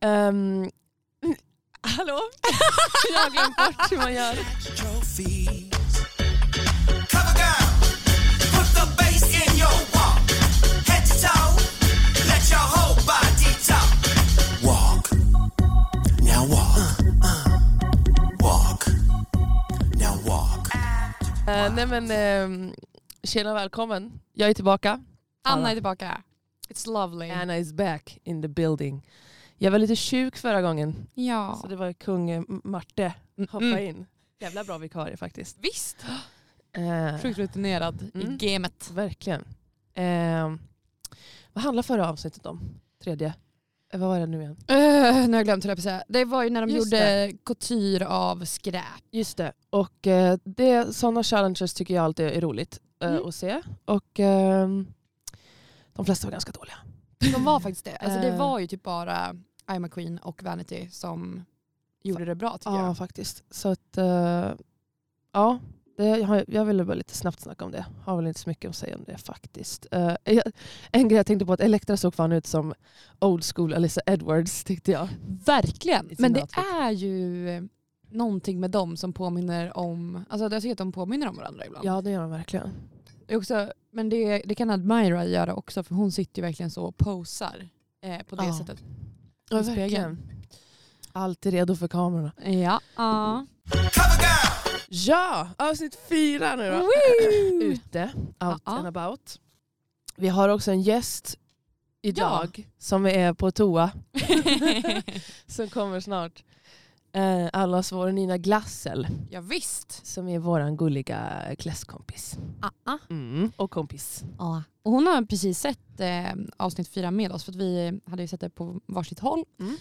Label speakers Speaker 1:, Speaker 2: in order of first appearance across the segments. Speaker 1: Ehm, hallå? Jag har glömt bort hur man gör.
Speaker 2: trophies. Cover girl, put the bass in your walk. Head to toe, let your whole body talk. Walk, now walk. Walk, now walk.
Speaker 1: Eh, nej men, ehm, tjena välkommen. Jag är tillbaka.
Speaker 3: Anna är tillbaka. It's lovely.
Speaker 1: Anna is back in the building. Jag var lite sjuk förra gången,
Speaker 3: ja.
Speaker 1: så det var kung eh, M- Marte hoppa
Speaker 3: Mm.
Speaker 1: in. Jävla bra vikarie faktiskt.
Speaker 3: Visst.
Speaker 1: Eh,
Speaker 3: Sjukt rutinerad
Speaker 1: Mm.
Speaker 3: i gamet.
Speaker 1: verkligen. Ehm, vad handlar förra avsnittet om? Tredje? Eh, vad var det nu igen?
Speaker 3: Uh, nu har jag glömt hur jag säga. Det var ju när de
Speaker 1: Just
Speaker 3: gjorde couture av skräp.
Speaker 1: Just det. Och eh, det, sådana challenges tycker jag alltid är roligt eh,
Speaker 3: Mm.
Speaker 1: att se. Och ehm, de flesta var ganska dåliga.
Speaker 3: De var faktiskt det. Alltså, det
Speaker 1: Eh.
Speaker 3: var ju typ bara I'm a Queen och Vanity som gjorde det bra tycker
Speaker 1: Ja,
Speaker 3: jag.
Speaker 1: faktiskt. Så att, eh, ja, det, jag, har- jag ville bara lite snabbt snacka om det. Har väl inte så mycket att säga om det faktiskt. Eh, jag, en grej jag tänkte på att Elektra såg fan ut som old school Alyssa Edwards tyckte jag.
Speaker 3: Verkligen.
Speaker 1: I sin
Speaker 3: Men det
Speaker 1: outfit.
Speaker 3: är ju eh, någonting med dem som påminner om, alltså jag tycker att de påminner om varandra ibland.
Speaker 1: Ja det gör de verkligen.
Speaker 3: Det är Också, men det, det kan Admira göra också för hon sitter ju verkligen så och posar eh, på det
Speaker 1: Ja.
Speaker 3: sättet.
Speaker 1: Ja,
Speaker 3: I spegeln.
Speaker 1: Alltid redo för kamerorna.
Speaker 3: Ja.
Speaker 2: Cover girl,
Speaker 1: Ja, avsnitt fyra nu då.
Speaker 3: Woo!
Speaker 1: Ute, out
Speaker 3: Mm. Ja.
Speaker 1: and about. Vi har också en gäst idag som är på toa som kommer snart. Eh, allas vår Nina Glassel.
Speaker 3: ja, visst.
Speaker 1: Som är våran gulliga klasskompis.
Speaker 3: Ah,
Speaker 1: Mm. Och kompis.
Speaker 3: ah. Och hon har precis sett eh, avsnitt fyra med oss för att vi hade ju sett det på varsitt håll.
Speaker 1: Mm.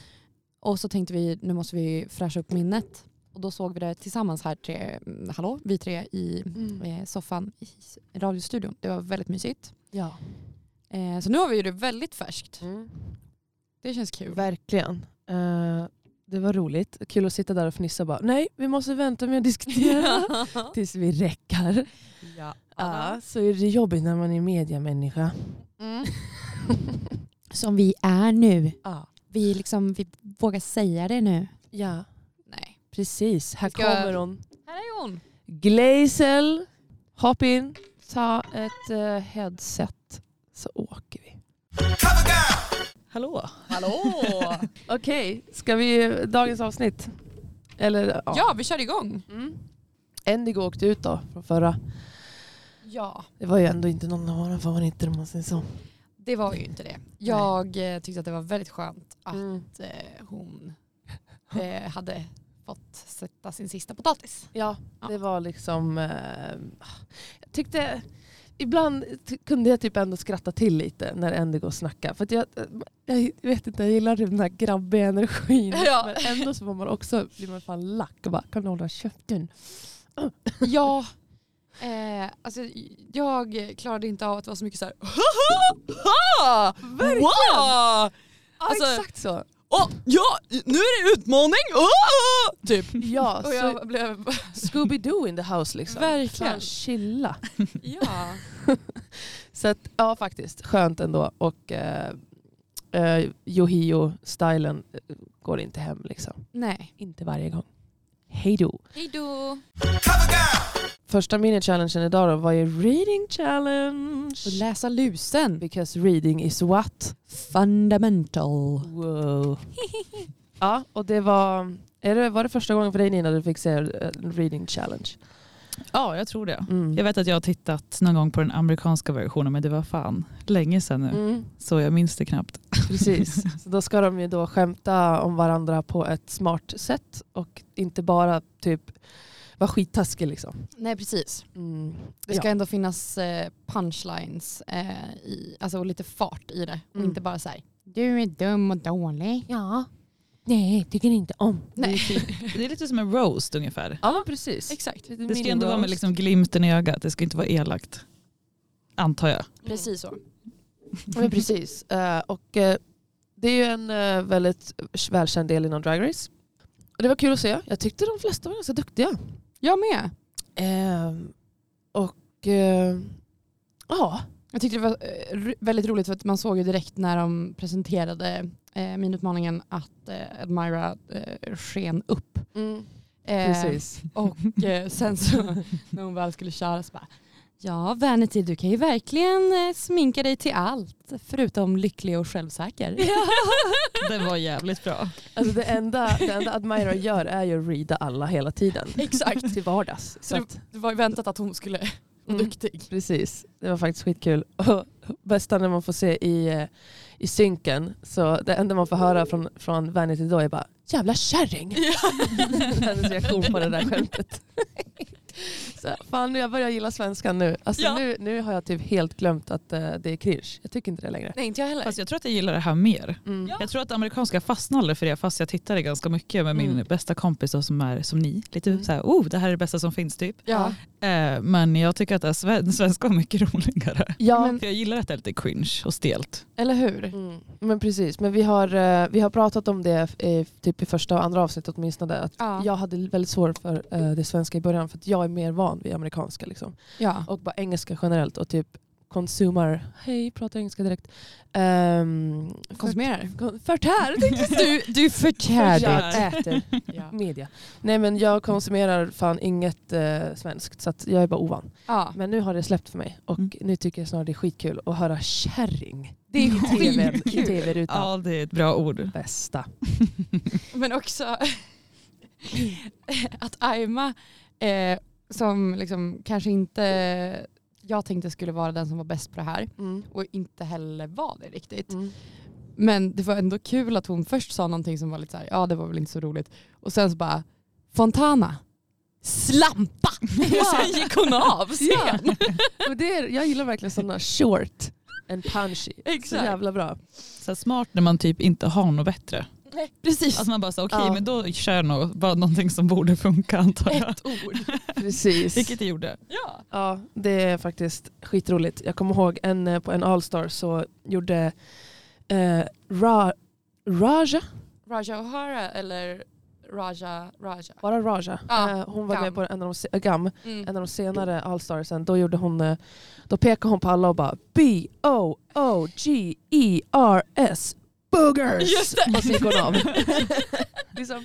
Speaker 3: Och så tänkte vi nu måste vi fräscha upp minnet. Och då såg vi det tillsammans här tre, mm, hallå, vi tre i
Speaker 1: Mm.
Speaker 3: eh, soffan i s- radiostudion. Det var väldigt mysigt.
Speaker 1: Ja.
Speaker 3: Eh, så nu har vi ju det väldigt färskt. Det känns kul.
Speaker 1: Mm. Verkligen. Eh, det var roligt. Kul att sitta där och fnissa och bara nej, vi måste vänta med att diskutera tills vi räcker.
Speaker 3: ja.
Speaker 1: Ja, så är det jobbigt när man är mediamänniska.
Speaker 3: Som vi är nu.
Speaker 1: Ja.
Speaker 3: Vi, liksom, vi vågar säga det nu.
Speaker 1: ja,
Speaker 3: Nej.
Speaker 1: precis. Här
Speaker 3: Ska-
Speaker 1: kommer hon.
Speaker 3: Här är hon.
Speaker 1: Glazel, hopp in, ta ett eh, headset så åker vi.
Speaker 2: cover girl.
Speaker 1: Hallå.
Speaker 3: Hallå!
Speaker 1: Okej, ska vi dagens avsnitt? Eller, ja.
Speaker 3: ja, vi kör igång.
Speaker 1: Mm. Endigo åkte ut då från förra.
Speaker 3: Ja,
Speaker 1: Det var ju ändå inte någon av våra favoriter om man säger så.
Speaker 3: det var ju inte det. Jag eh, tyckte att det var väldigt skönt att
Speaker 1: Mm.
Speaker 3: eh, hon eh, hade fått sätta sin sista potatis.
Speaker 1: Ja,
Speaker 3: Ja.
Speaker 1: det var liksom... Eh, jag tyckte... Ibland ty- kunde jag typ ändå skratta till lite när Endigo snackade. För att jag, eh, jag vet inte, jag gillar typ den här grabbiga energin.
Speaker 3: Ja.
Speaker 1: Men ändå så får man också, blir man fan lack och bara kan du hålla käften?
Speaker 3: Ja, eh, alltså jag klarade inte av att vara så mycket så här.
Speaker 1: Verkligen!
Speaker 3: Wow!
Speaker 1: Ja,
Speaker 3: Alltså-
Speaker 1: exakt så.
Speaker 3: Åh, ja, nu är det utmaning! Åh! Typ.
Speaker 1: Ja,
Speaker 3: Och
Speaker 1: så
Speaker 3: jag blev...
Speaker 1: Scooby-Doo in the house liksom.
Speaker 3: Verkligen.
Speaker 1: Fan, chilla.
Speaker 3: Ja.
Speaker 1: Så att, ja faktiskt, skönt ändå. Och eh, eh, Yohio-stylen eh, går inte hem liksom.
Speaker 3: Nej.
Speaker 1: Inte varje gång. Hej då.
Speaker 3: Hej då.
Speaker 2: Cover girl,
Speaker 1: Första mini-challengen idag då var ju reading challenge.
Speaker 3: Läsa lusen.
Speaker 1: Because reading is what?
Speaker 3: Fundamental.
Speaker 1: Wow. ja, och det var... Är det, var det första gången för dig Nina du fick se eh, en reading challenge?
Speaker 4: Ja, jag tror det.
Speaker 1: Mm.
Speaker 4: Jag vet att jag har tittat någon gång på den amerikanska versionen men det var fan länge sedan nu.
Speaker 1: Mm,
Speaker 4: Så jag minns det knappt.
Speaker 1: precis. Så då ska de ju då skämta om varandra på ett smart sätt och inte bara typ vara skittaskig liksom.
Speaker 3: Nej precis.
Speaker 1: Mm.
Speaker 3: Det ska ändå finnas eh, punchlines eh, i, alltså, och lite fart i det. Och
Speaker 1: Mm.
Speaker 3: inte bara så här. Du är dum och dålig.
Speaker 1: ja. Nej, tycker inte om.
Speaker 3: Nej.
Speaker 4: Det är lite som en roast ungefär.
Speaker 1: Ja, men precis.
Speaker 3: Exakt.
Speaker 4: Det ska ändå vara med liksom glimten i ögat, det ska inte vara elakt. Antar jag.
Speaker 3: Precis så.
Speaker 1: Ja, Men precis. Eh, och, eh, det är ju en eh, väldigt välkänd del inom Drag Race. Och det var kul att se. Jag tyckte de flesta var ganska duktiga.
Speaker 3: Jag med.
Speaker 1: Eh, och eh, ja,
Speaker 3: Jag tyckte det var eh, ro- väldigt roligt för att man såg ju direkt när de presenterade eh, min utmaningen att eh, Admira eh, sken upp.
Speaker 1: Mm.
Speaker 3: Eh,
Speaker 1: Precis.
Speaker 3: Och eh, sen så när hon väl skulle köra så bara Ja Vanity du kan ju verkligen eh, sminka dig till allt förutom lycklig och självsäker.
Speaker 4: Det var jävligt bra.
Speaker 1: Alltså det enda, det enda Admira gör är ju att reada alla hela tiden.
Speaker 3: Exakt.
Speaker 1: Till vardags. Så
Speaker 3: Så
Speaker 1: att,
Speaker 3: det var ju väntat att hon skulle vara
Speaker 1: Mm.
Speaker 3: duktig.
Speaker 1: Precis, det var faktiskt skitkul. Och bästa när man får se i, eh, i synken, så det enda man får höra från, från Vanity då är bara jävla kärring. Hennes reaktion på det där skämtet. Så, fan, nu- jag börjar gilla svenskan nu. Alltså,
Speaker 4: Ja.
Speaker 1: nu. Nu har jag typ helt glömt att eh, det är cringe. Jag tycker inte det längre.
Speaker 3: Nej inte jag heller.
Speaker 4: Fast jag tror att jag gillar det här mer.
Speaker 1: Mm.
Speaker 4: Jag tror att amerikanska fastnar aldrig för det fast jag tittade ganska mycket med min
Speaker 1: Mm.
Speaker 4: bästa kompis då, som är som ni. Lite
Speaker 1: Mm.
Speaker 4: så här, oh det här är det bästa som finns typ.
Speaker 3: ja.
Speaker 4: Eh, men jag tycker att det sven- svenska var mycket roligare.
Speaker 1: Ja,
Speaker 3: Men-
Speaker 4: För jag gillar att det är lite cringe och stelt.
Speaker 3: Eller hur?
Speaker 1: Mm, men precis, men vi har, eh, vi har pratat om det eh, typ i första och andra avsnittet åtminstone. Att
Speaker 3: Ja.
Speaker 1: Jag hade väldigt svårt för eh, det svenska i början för att jag är mer van vid amerikanska. Liksom.
Speaker 3: Ja.
Speaker 1: Och bara engelska generellt och typ consumer, hej pratar engelska direkt. Um,
Speaker 3: Konsumerar.
Speaker 1: förtär tänkte jag
Speaker 3: Du, du förtär
Speaker 1: säga. Äter
Speaker 3: Ja.
Speaker 1: media. Nej men jag konsumerar fan inget eh, svenskt så att jag är bara ovan.
Speaker 3: Ja.
Speaker 1: Men nu har det släppt för mig och
Speaker 4: Mm.
Speaker 1: nu tycker jag snarare det är skitkul att höra kärring.
Speaker 3: Det är
Speaker 1: i TV i
Speaker 3: skitkul.
Speaker 1: tv-rutan.
Speaker 4: Ja det är ett bra ord.
Speaker 1: Bästa.
Speaker 3: Men också att Aima, eh, som liksom kanske inte jag tänkte skulle vara den som var bäst på det här och inte heller var det riktigt.
Speaker 1: Mm.
Speaker 3: Men det var ändå kul att hon först sa någonting som var lite så här, ja det var väl inte så roligt. Och sen så bara, Fontana, slampa! Och sen gick hon av
Speaker 1: Ja.
Speaker 3: scen.
Speaker 1: Och det är, jag gillar verkligen sådana short and punchy. Så
Speaker 3: Exakt.
Speaker 1: jävla bra.
Speaker 4: Så här smart när man typ inte har något bättre.
Speaker 3: Precis.
Speaker 4: Alltså man bara så okej
Speaker 1: Ja.
Speaker 4: men då kör jag nog bara någonting som borde funka antar jag.
Speaker 3: Ett ord.
Speaker 1: Precis.
Speaker 4: Vilket det gjorde.
Speaker 3: Ja.
Speaker 1: Ja, det är faktiskt skitroligt. Jag kommer ihåg en, eh, på en Allstar så gjorde eh, Ra, Raja,
Speaker 3: Raja O'Hara eller Raja Raja.
Speaker 1: bara Raja,
Speaker 3: Ja,
Speaker 1: eh, hon var
Speaker 3: Gam.
Speaker 1: med på en av de, se- eh, Gam,
Speaker 3: Mm.
Speaker 1: en av de senare Allstarsen. Då, gjorde hon, eh, då pekade hon på alla och bara B-O-O-G-E-R-S E Boogers!
Speaker 3: Just det.
Speaker 1: Och så gick hon av. liksom,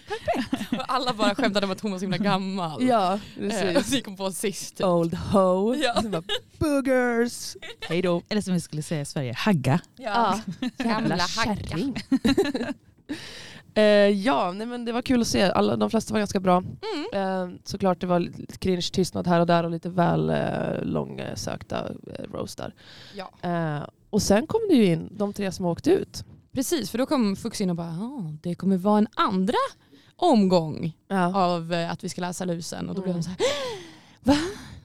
Speaker 3: Och alla bara skämtade om att hon var så himla gammal.
Speaker 1: ja,
Speaker 3: Eh, och
Speaker 1: precis.
Speaker 3: så gick hon på sist.
Speaker 1: Old ho.
Speaker 3: Ja.
Speaker 1: Och sen bara, Boogers. Hej då.
Speaker 4: Eller som vi skulle säga i Sverige, hagga.
Speaker 1: Ja.
Speaker 3: Gamla hacka.
Speaker 1: Eh, ja, nej, men det var kul att se. Alla, de flesta var ganska bra.
Speaker 3: Mm.
Speaker 1: Eh, såklart det var lite cringe tystnad här och där och lite väl eh, långsökta eh, roastar.
Speaker 3: Ja.
Speaker 1: Eh, och sen kom det ju in de tre som åkte ut.
Speaker 3: Precis, för då kom Fux in och bara, "Ah, det kommer vara en andra omgång
Speaker 1: Ja.
Speaker 3: av eh, att vi ska läsa lusen. Och då blev
Speaker 1: Mm.
Speaker 3: de så här,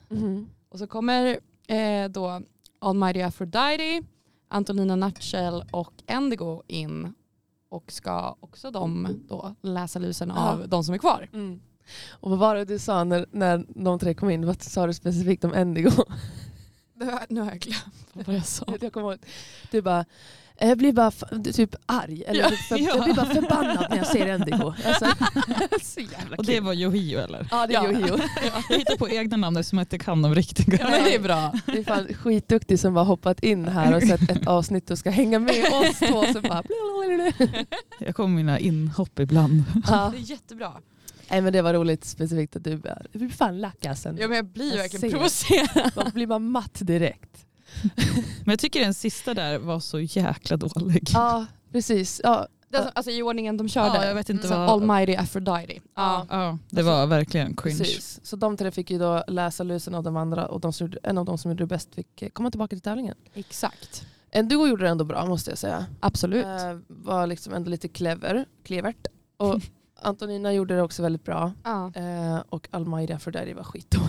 Speaker 1: Mhm.
Speaker 3: Och så kommer eh, då Almighty Aphrodite, Antonina Nutshell och Endigo in och ska också de då läsa lusen
Speaker 1: Ja.
Speaker 3: av de som är kvar.
Speaker 1: Mm. Och vad var det du sa när, när de tre kom in? Vad sa du specifikt om Endigo?
Speaker 3: Nu har jag glömt vad jag sa.
Speaker 1: Jag kommer ihåg. Du bara, eh, jag blir bara f- typ arg. Eller
Speaker 3: Ja,
Speaker 1: typ för,
Speaker 4: ja.
Speaker 1: Jag blir bara förbannad när jag ser Endigo. Alltså,
Speaker 3: Så jävla
Speaker 4: Och det var Yohio eller?
Speaker 1: ja, det är
Speaker 3: Ja.
Speaker 1: Yohio.
Speaker 4: Jag hittar på egna namn eftersom jag inte kan de riktiga.
Speaker 3: Ja, men det är bra.
Speaker 1: Det är fan skitduktig som bara hoppat in här och sett ett avsnitt och ska hänga med oss två. Så bara
Speaker 4: Jag kommer med mina inhopp ibland.
Speaker 1: ja.
Speaker 3: Det är jättebra.
Speaker 1: Nej, men det var roligt specifikt att du bara, jag blir fan lack alltså.
Speaker 3: Ja, men jag blir
Speaker 1: Jag
Speaker 3: verkligen
Speaker 1: ser.
Speaker 3: provocerad.
Speaker 1: Man blir man matt direkt.
Speaker 4: Men jag tycker den sista där var så jäkla dålig.
Speaker 1: Ja, precis. Ja,
Speaker 3: Det är alltså- Alltså i ordningen de körde.
Speaker 4: Ja, jag vet inte
Speaker 3: Så
Speaker 4: vad...
Speaker 3: Almighty Aphrodite. Ja.
Speaker 4: Ja, det var verkligen cringe.
Speaker 1: precis. Så de tre fick ju då läsa lusen av de andra och de som, gjorde- en av de som gjorde det bäst fick eh, komma tillbaka till tävlingen.
Speaker 3: Exakt.
Speaker 1: En duo gjorde det ändå bra måste jag säga.
Speaker 3: Absolut.
Speaker 1: Eh, var liksom ändå lite clever, clevert. Och Antonina gjorde det också väldigt bra.
Speaker 3: Ja.
Speaker 1: Eh, och Almaida för där det var skit då.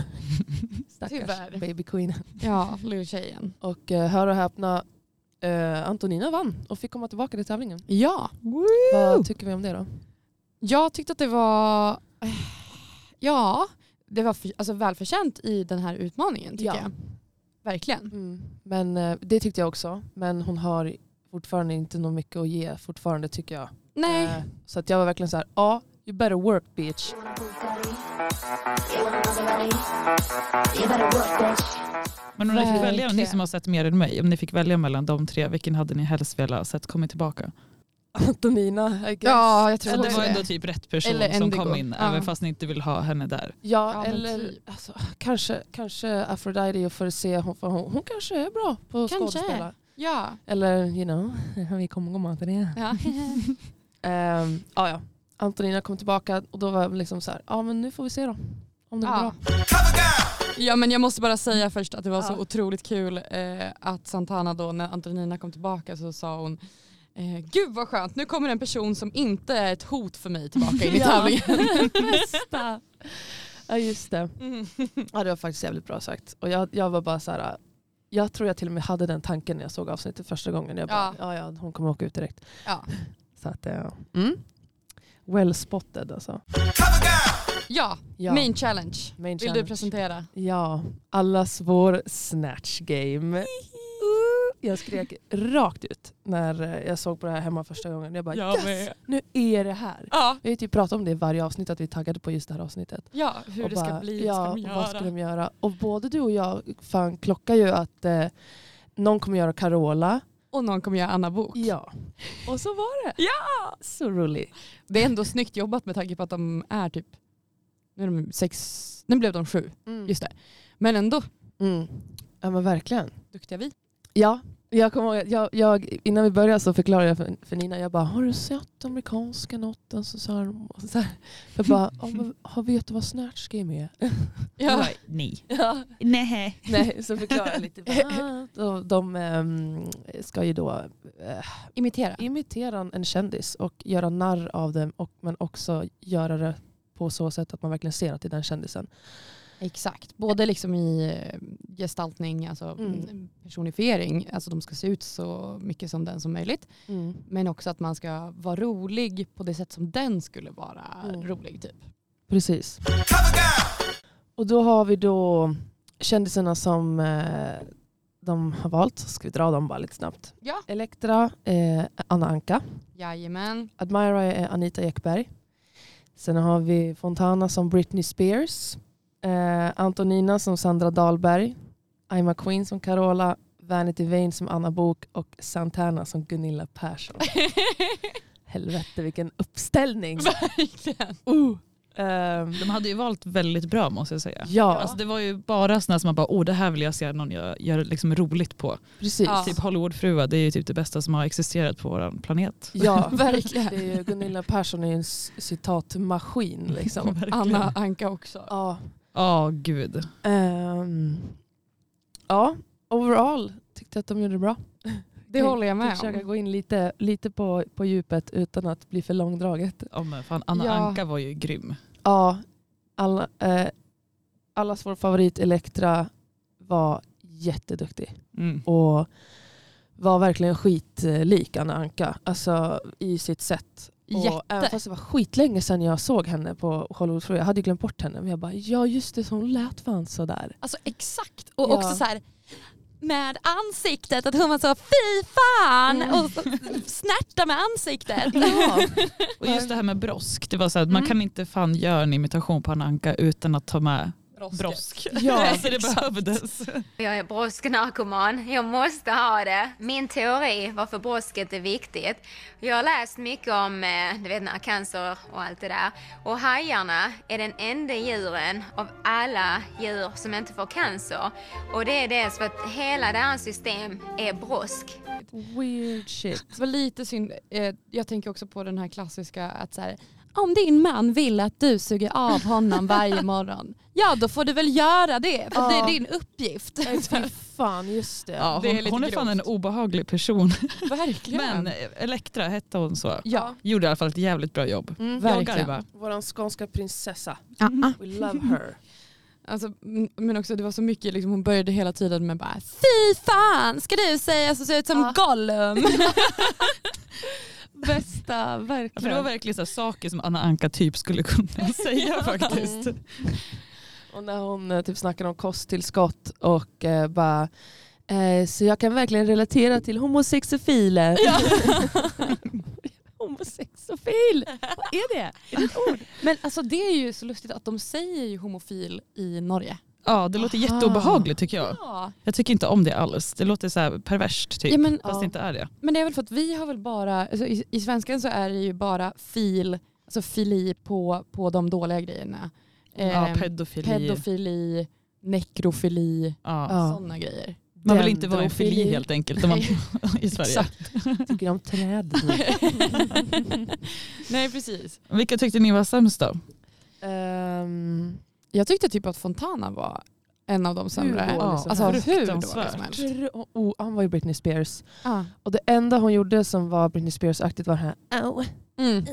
Speaker 1: Stackars
Speaker 3: Tyvärr.
Speaker 1: baby queen.
Speaker 3: ja, lilltjejen.
Speaker 1: Och eh, hör och häpna, eh, Antonina vann och fick komma tillbaka till tävlingen.
Speaker 3: Ja.
Speaker 1: Vad tycker vi om det då?
Speaker 3: Jag tyckte att det var... Ja, det var för, alltså välförtjänt i den här utmaningen tycker
Speaker 1: Ja.
Speaker 3: jag. Verkligen.
Speaker 1: Men eh, det tyckte jag också. Men hon har fortfarande inte något mycket att ge fortfarande tycker jag.
Speaker 3: Nej.
Speaker 1: Eh, så att jag var verkligen så här, ja, you better work bitch.
Speaker 4: Men om ni fick välja,
Speaker 3: Verkligen.
Speaker 4: ni som har sett mer än mig, om ni fick välja mellan de tre, vilken hade ni helst velat ha sett komma tillbaka?
Speaker 1: Antonina, I guess.
Speaker 3: Ja, jag
Speaker 4: Så
Speaker 3: tror
Speaker 1: Eller-
Speaker 4: det var
Speaker 3: också
Speaker 4: ändå
Speaker 3: det.
Speaker 4: typ rätt person
Speaker 3: Eller
Speaker 4: som
Speaker 3: Indigo.
Speaker 4: kom in,
Speaker 3: Ja.
Speaker 4: även fast ni inte vill ha henne där.
Speaker 1: Ja,
Speaker 3: Ja, men
Speaker 1: eller
Speaker 3: typ.
Speaker 1: alltså, kanske, kanske Aphrodite och får se, hon, för hon, hon kanske är bra på att
Speaker 3: Kanske.
Speaker 1: skådespela.
Speaker 3: Ja.
Speaker 1: Eller you know, vi kommer komma till det.
Speaker 3: ja.
Speaker 1: Um, ja, ja. Antonina kom tillbaka och då var jag liksom så här, ja men nu får vi se då. Om det går
Speaker 3: Ja.
Speaker 1: bra.
Speaker 2: Cover girl.
Speaker 3: ja men jag måste bara säga först att det var så
Speaker 1: Ja.
Speaker 3: otroligt kul eh, att Santana då när Antonina kom tillbaka så sa hon Eh, Gud vad skönt, nu kommer en person som inte är ett hot för mig tillbaka in i
Speaker 1: Ja.
Speaker 3: tävlingen. Mm.
Speaker 1: Bästa. Ja just det. Ja det var faktiskt jävligt bra sagt. Och jag, jag var bara så här, jag tror jag till och med hade den tanken när jag såg avsnittet första gången. Jag bara, ja ja, hon kommer åka ut direkt.
Speaker 3: Ja.
Speaker 1: Så att, eh, mm. Well spotted alltså.
Speaker 2: Cover girl.
Speaker 3: Ja,
Speaker 1: Ja.
Speaker 3: main challenge.
Speaker 1: Main
Speaker 3: Vill du
Speaker 1: challenge.
Speaker 3: presentera?
Speaker 1: Ja, allas vår snatch game. Uh, Jag skrek rakt ut när eh, jag såg på det här hemma första gången. Jag bara yes, nu är det här.
Speaker 3: Ja,
Speaker 1: Vi har ju typ pratat om det i varje avsnitt att vi är taggade på just det här avsnittet.
Speaker 3: ja hur
Speaker 1: Och
Speaker 3: det
Speaker 1: bara,
Speaker 3: ska bli,
Speaker 1: ja,
Speaker 3: vad ska
Speaker 1: och
Speaker 3: de göra?
Speaker 1: Vad ska de göra? Och både du och jag fan klockar ju att eh, någon kommer göra Carola.
Speaker 3: Och någon kommer göra Anna Bok.
Speaker 1: Ja. Och så var det.
Speaker 3: Ja!
Speaker 1: Så roligt.
Speaker 3: Det är ändå snyggt jobbat med tanke på att de är typ, nu är de sex, nu blev de sju,
Speaker 1: Mm.
Speaker 3: just det. Men ändå,
Speaker 1: Mm. Ja men verkligen.
Speaker 3: duktiga vi.
Speaker 1: Ja, jag kommer ihåg, att jag, jag, innan vi började så förklarade jag för, för Nina, jag bara har du sett amerikanska något? Och så sa de, och så här. Jag bara, ja, men, har- vet du vad Snatch Game är?
Speaker 4: Jag bara, Nej.
Speaker 1: Ja.
Speaker 4: Nej.
Speaker 1: Nej, så förklarade jag lite. Bara, de de ehm, ska ju då eh,
Speaker 3: Imitera.
Speaker 1: imitera en kändis och göra narr av dem och, men också göra det på så sätt att man verkligen ser att det är den kändisen.
Speaker 3: Exakt, både liksom i eh, gestaltning, alltså
Speaker 1: Mm.
Speaker 3: mm. personifiering, alltså de ska se ut så mycket som den som möjligt. Men också att man ska vara rolig på det sätt som den skulle vara
Speaker 1: Mm.
Speaker 3: rolig typ.
Speaker 1: Precis.
Speaker 2: Cover girl.
Speaker 1: Och då har vi då kändisarna som eh, de har valt. Ska vi dra dem bara lite snabbt?
Speaker 3: Ja.
Speaker 1: Elektra, eh, Anna Anka.
Speaker 3: Jajamän.
Speaker 1: Admira är Anita Ekberg. Sen har vi Fontana som Britney Spears. Eh, Antonina som Sandra Dahlberg. Aima Queen som Carola. Vanity Vane som Anna Bok och Santana som Gunilla Persson. Helvete vilken uppställning!
Speaker 3: Verkligen.
Speaker 1: Uh. Ehm,
Speaker 4: De hade ju valt väldigt bra måste jag säga.
Speaker 1: ja,
Speaker 4: Alltså det var ju bara sådana som man bara, oh det här vill jag se någon göra gör liksom roligt på.
Speaker 1: precis.
Speaker 3: Ja.
Speaker 4: Typ Hollywoodfruar, det är ju typ det bästa som har existerat på vår planet.
Speaker 1: Ja,
Speaker 3: Verkligen.
Speaker 1: Det är ju, Gunilla Persson är ju en c- citatmaskin. Liksom.
Speaker 4: Verkligen.
Speaker 3: Anna Anka också.
Speaker 1: ja,
Speaker 4: Ja, gud.
Speaker 1: ehm, ja, overall tyckte jag att de gjorde det bra.
Speaker 3: Det håller jag med
Speaker 1: Försöka
Speaker 3: om.
Speaker 1: gå in lite, lite på, på djupet utan att bli för långdraget.
Speaker 4: Ja, men fan, Anna
Speaker 3: Ja.
Speaker 4: Anka var ju grym.
Speaker 1: Ja, alla, eh, allas vår favorit Elektra var jätteduktig
Speaker 4: Mm.
Speaker 1: och var verkligen skitlik Anna Anka alltså, i sitt sätt Och även
Speaker 3: Jätte.
Speaker 1: fast det var skitlänge sedan jag såg henne på Hollywoodfruar, jag hade ju glömt bort henne, men jag bara ja just det, så hon lät fan sådär.
Speaker 3: Alltså exakt. Och
Speaker 1: Ja.
Speaker 3: också så här med ansiktet, att hon var så fy fan
Speaker 1: Mm.
Speaker 3: och så snärta med ansiktet.
Speaker 1: Ja,
Speaker 4: Och just det här med brosk, det var så att man kan inte fan göra en imitation på Anna Anka utan att ta med brosk.
Speaker 1: Ja,
Speaker 4: alltså det behövdes.
Speaker 5: Jag är brosknarkoman. Jag måste ha det. Min teori varför brosket är viktigt. Jag har läst mycket om eh, du vet, när cancer och allt det där. Och hajarna är den enda djuren av alla djur som inte får cancer. Och det är dels för att hela deras system är brosk.
Speaker 1: weird shit.
Speaker 3: Det var lite synd, eh, jag tänker också på den här klassiska att så här, om din man vill att du suger av honom varje morgon, ja då får du väl göra det för det
Speaker 1: Ja.
Speaker 3: är din uppgift.
Speaker 1: Nej, Fy fan, just det.
Speaker 4: Ja,
Speaker 3: Det är
Speaker 4: hon,
Speaker 3: lite
Speaker 4: hon är fan
Speaker 3: grovt.
Speaker 4: en obehaglig person.
Speaker 3: Verkligen.
Speaker 4: Men Elektra hette hon så.
Speaker 3: ja.
Speaker 4: Gjorde i alla fall ett jävligt bra jobb.
Speaker 1: Mm.
Speaker 4: Jag
Speaker 3: verkligen.
Speaker 4: garvar.
Speaker 1: Våran skånska prinsessa, we love her.
Speaker 3: Alltså, m- men också det var så mycket, liksom, hon började hela tiden med bara fy fan ska du säga så ser ut som Gollum. Bästa,
Speaker 4: Ja, för Alltså, det var
Speaker 3: verkligen.
Speaker 4: verkligen så här saker som Anna Anka typ skulle kunna säga faktiskt.
Speaker 1: Och när hon eh, typ snackar om kosttillskott och eh, bara eh, så jag kan verkligen relatera till homosexofiler. Homosexofil, vad är det?
Speaker 3: Men alltså det är ju så lustigt att de säger ju homofil i Norge.
Speaker 4: Ja, det låter
Speaker 1: Aha.
Speaker 4: jätteobehagligt tycker jag.
Speaker 3: Ja.
Speaker 4: Jag tycker inte om det alls. Det låter så här perverst typ.
Speaker 3: Ja, men-
Speaker 4: Fast
Speaker 1: ja.
Speaker 4: det inte är det.
Speaker 3: Men det är väl för att vi har väl bara, alltså i, i svenskan så är det ju bara fil, alltså fili på, på de dåliga grejerna.
Speaker 4: ja,
Speaker 3: Ehm,
Speaker 4: pedofili.
Speaker 3: pedofili, nekrofili,
Speaker 4: ja.
Speaker 1: Ja.
Speaker 3: sådana grejer.
Speaker 4: Man vill inte vara
Speaker 1: Dendrofili.
Speaker 4: ofili helt enkelt om man, i Sverige.
Speaker 3: Exakt.
Speaker 1: Tycker om träd.
Speaker 3: Nej precis.
Speaker 4: Vilka tyckte ni var sämst då?
Speaker 1: Ehm,
Speaker 3: Jag tyckte typ att Fontana var en av de sämre.
Speaker 1: Hur dålig
Speaker 4: Ja,
Speaker 1: som
Speaker 3: Alltså
Speaker 1: helst.
Speaker 3: hur dålig
Speaker 4: Fruktansvärt.
Speaker 3: som helst.
Speaker 1: Tr- och- oh, han var ju Britney Spears.
Speaker 3: Ja.
Speaker 1: Och det enda hon gjorde som var Britney Spears-aktigt var här. Au.
Speaker 3: Mm.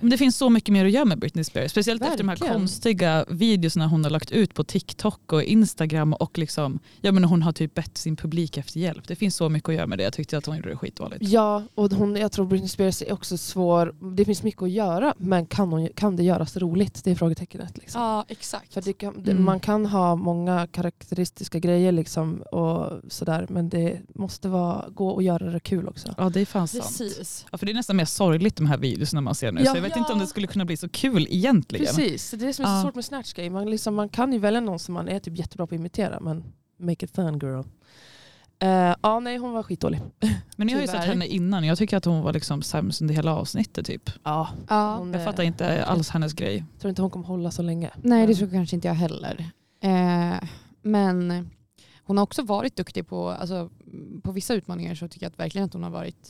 Speaker 4: Men det finns så mycket mer att göra med Britney Spears. Speciellt efter de här
Speaker 1: Verkligen.
Speaker 4: konstiga videorna hon har lagt ut på TikTok och Instagram. Och liksom, ja, men hon har typ bett sin publik efter hjälp. Det finns så mycket att göra med det. Jag tyckte att hon gjorde det skitdåligt.
Speaker 1: Ja, och hon, jag tror Britney Spears är också svår. Det finns mycket att göra, men kan, hon, kan det göras roligt? Det är frågetecknet. Liksom.
Speaker 3: ja exakt.
Speaker 1: För det kan, det,
Speaker 4: Mm.
Speaker 1: Man kan ha många karaktäristiska grejer liksom och sådär, men det måste vara, gå och göra det kul också.
Speaker 4: Ja det är fan sant.
Speaker 3: Precis.
Speaker 4: Ja, för det är nästan mer sorgligt de här videorna man ser nu.
Speaker 1: Ja.
Speaker 4: så jag vet
Speaker 1: Ja.
Speaker 4: inte om det skulle kunna bli så kul egentligen.
Speaker 1: Precis, det är det som är så
Speaker 4: Ja.
Speaker 1: svårt med Snatch Game. Man, liksom, man kan ju välja någon som man är typ jättebra på att imitera, men make it fun girl. Eh, ja, nej hon var skitdålig.
Speaker 4: Men ni har ju
Speaker 3: Tyvärr.
Speaker 4: sett henne innan. Jag tycker att hon var liksom sämst under hela avsnittet typ.
Speaker 1: Ja,
Speaker 3: Ja.
Speaker 1: hon,
Speaker 4: Jag
Speaker 1: eh,
Speaker 4: fattar inte alls hennes grej.
Speaker 1: tror inte hon kommer hålla så länge.
Speaker 3: Nej det tror kanske inte jag heller. Eh, men hon har också varit duktig på, alltså, på vissa utmaningar så tycker jag att verkligen att hon har varit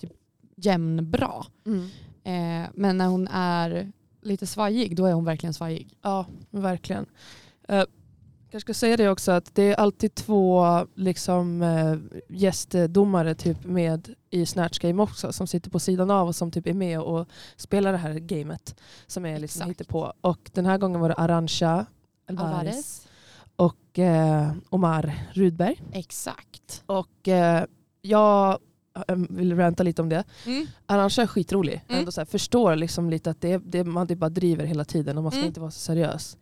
Speaker 3: typ, jämnbra.
Speaker 1: Mm.
Speaker 3: Eh, men när hon är lite svajig då är hon verkligen svajig.
Speaker 1: Ja, verkligen. Eh, jag ska säga det också att det är alltid två liksom, eh, gästdomare typ med i Snatch Game också som sitter på sidan av och som typ är med och spelar det här gamet som är liksom
Speaker 3: Exakt.
Speaker 1: på. Och den här gången var det Arantxa Alvarez och eh, Omar Rudberg.
Speaker 3: Exakt.
Speaker 1: Och eh, jag eh, vill ranta lite om det.
Speaker 3: Mm.
Speaker 1: Arantxa är skitrolig.
Speaker 3: Mm.
Speaker 1: Ändå så här, förstår liksom lite att det, det, man det bara driver hela tiden och man ska
Speaker 3: Mm.
Speaker 1: inte vara så seriös.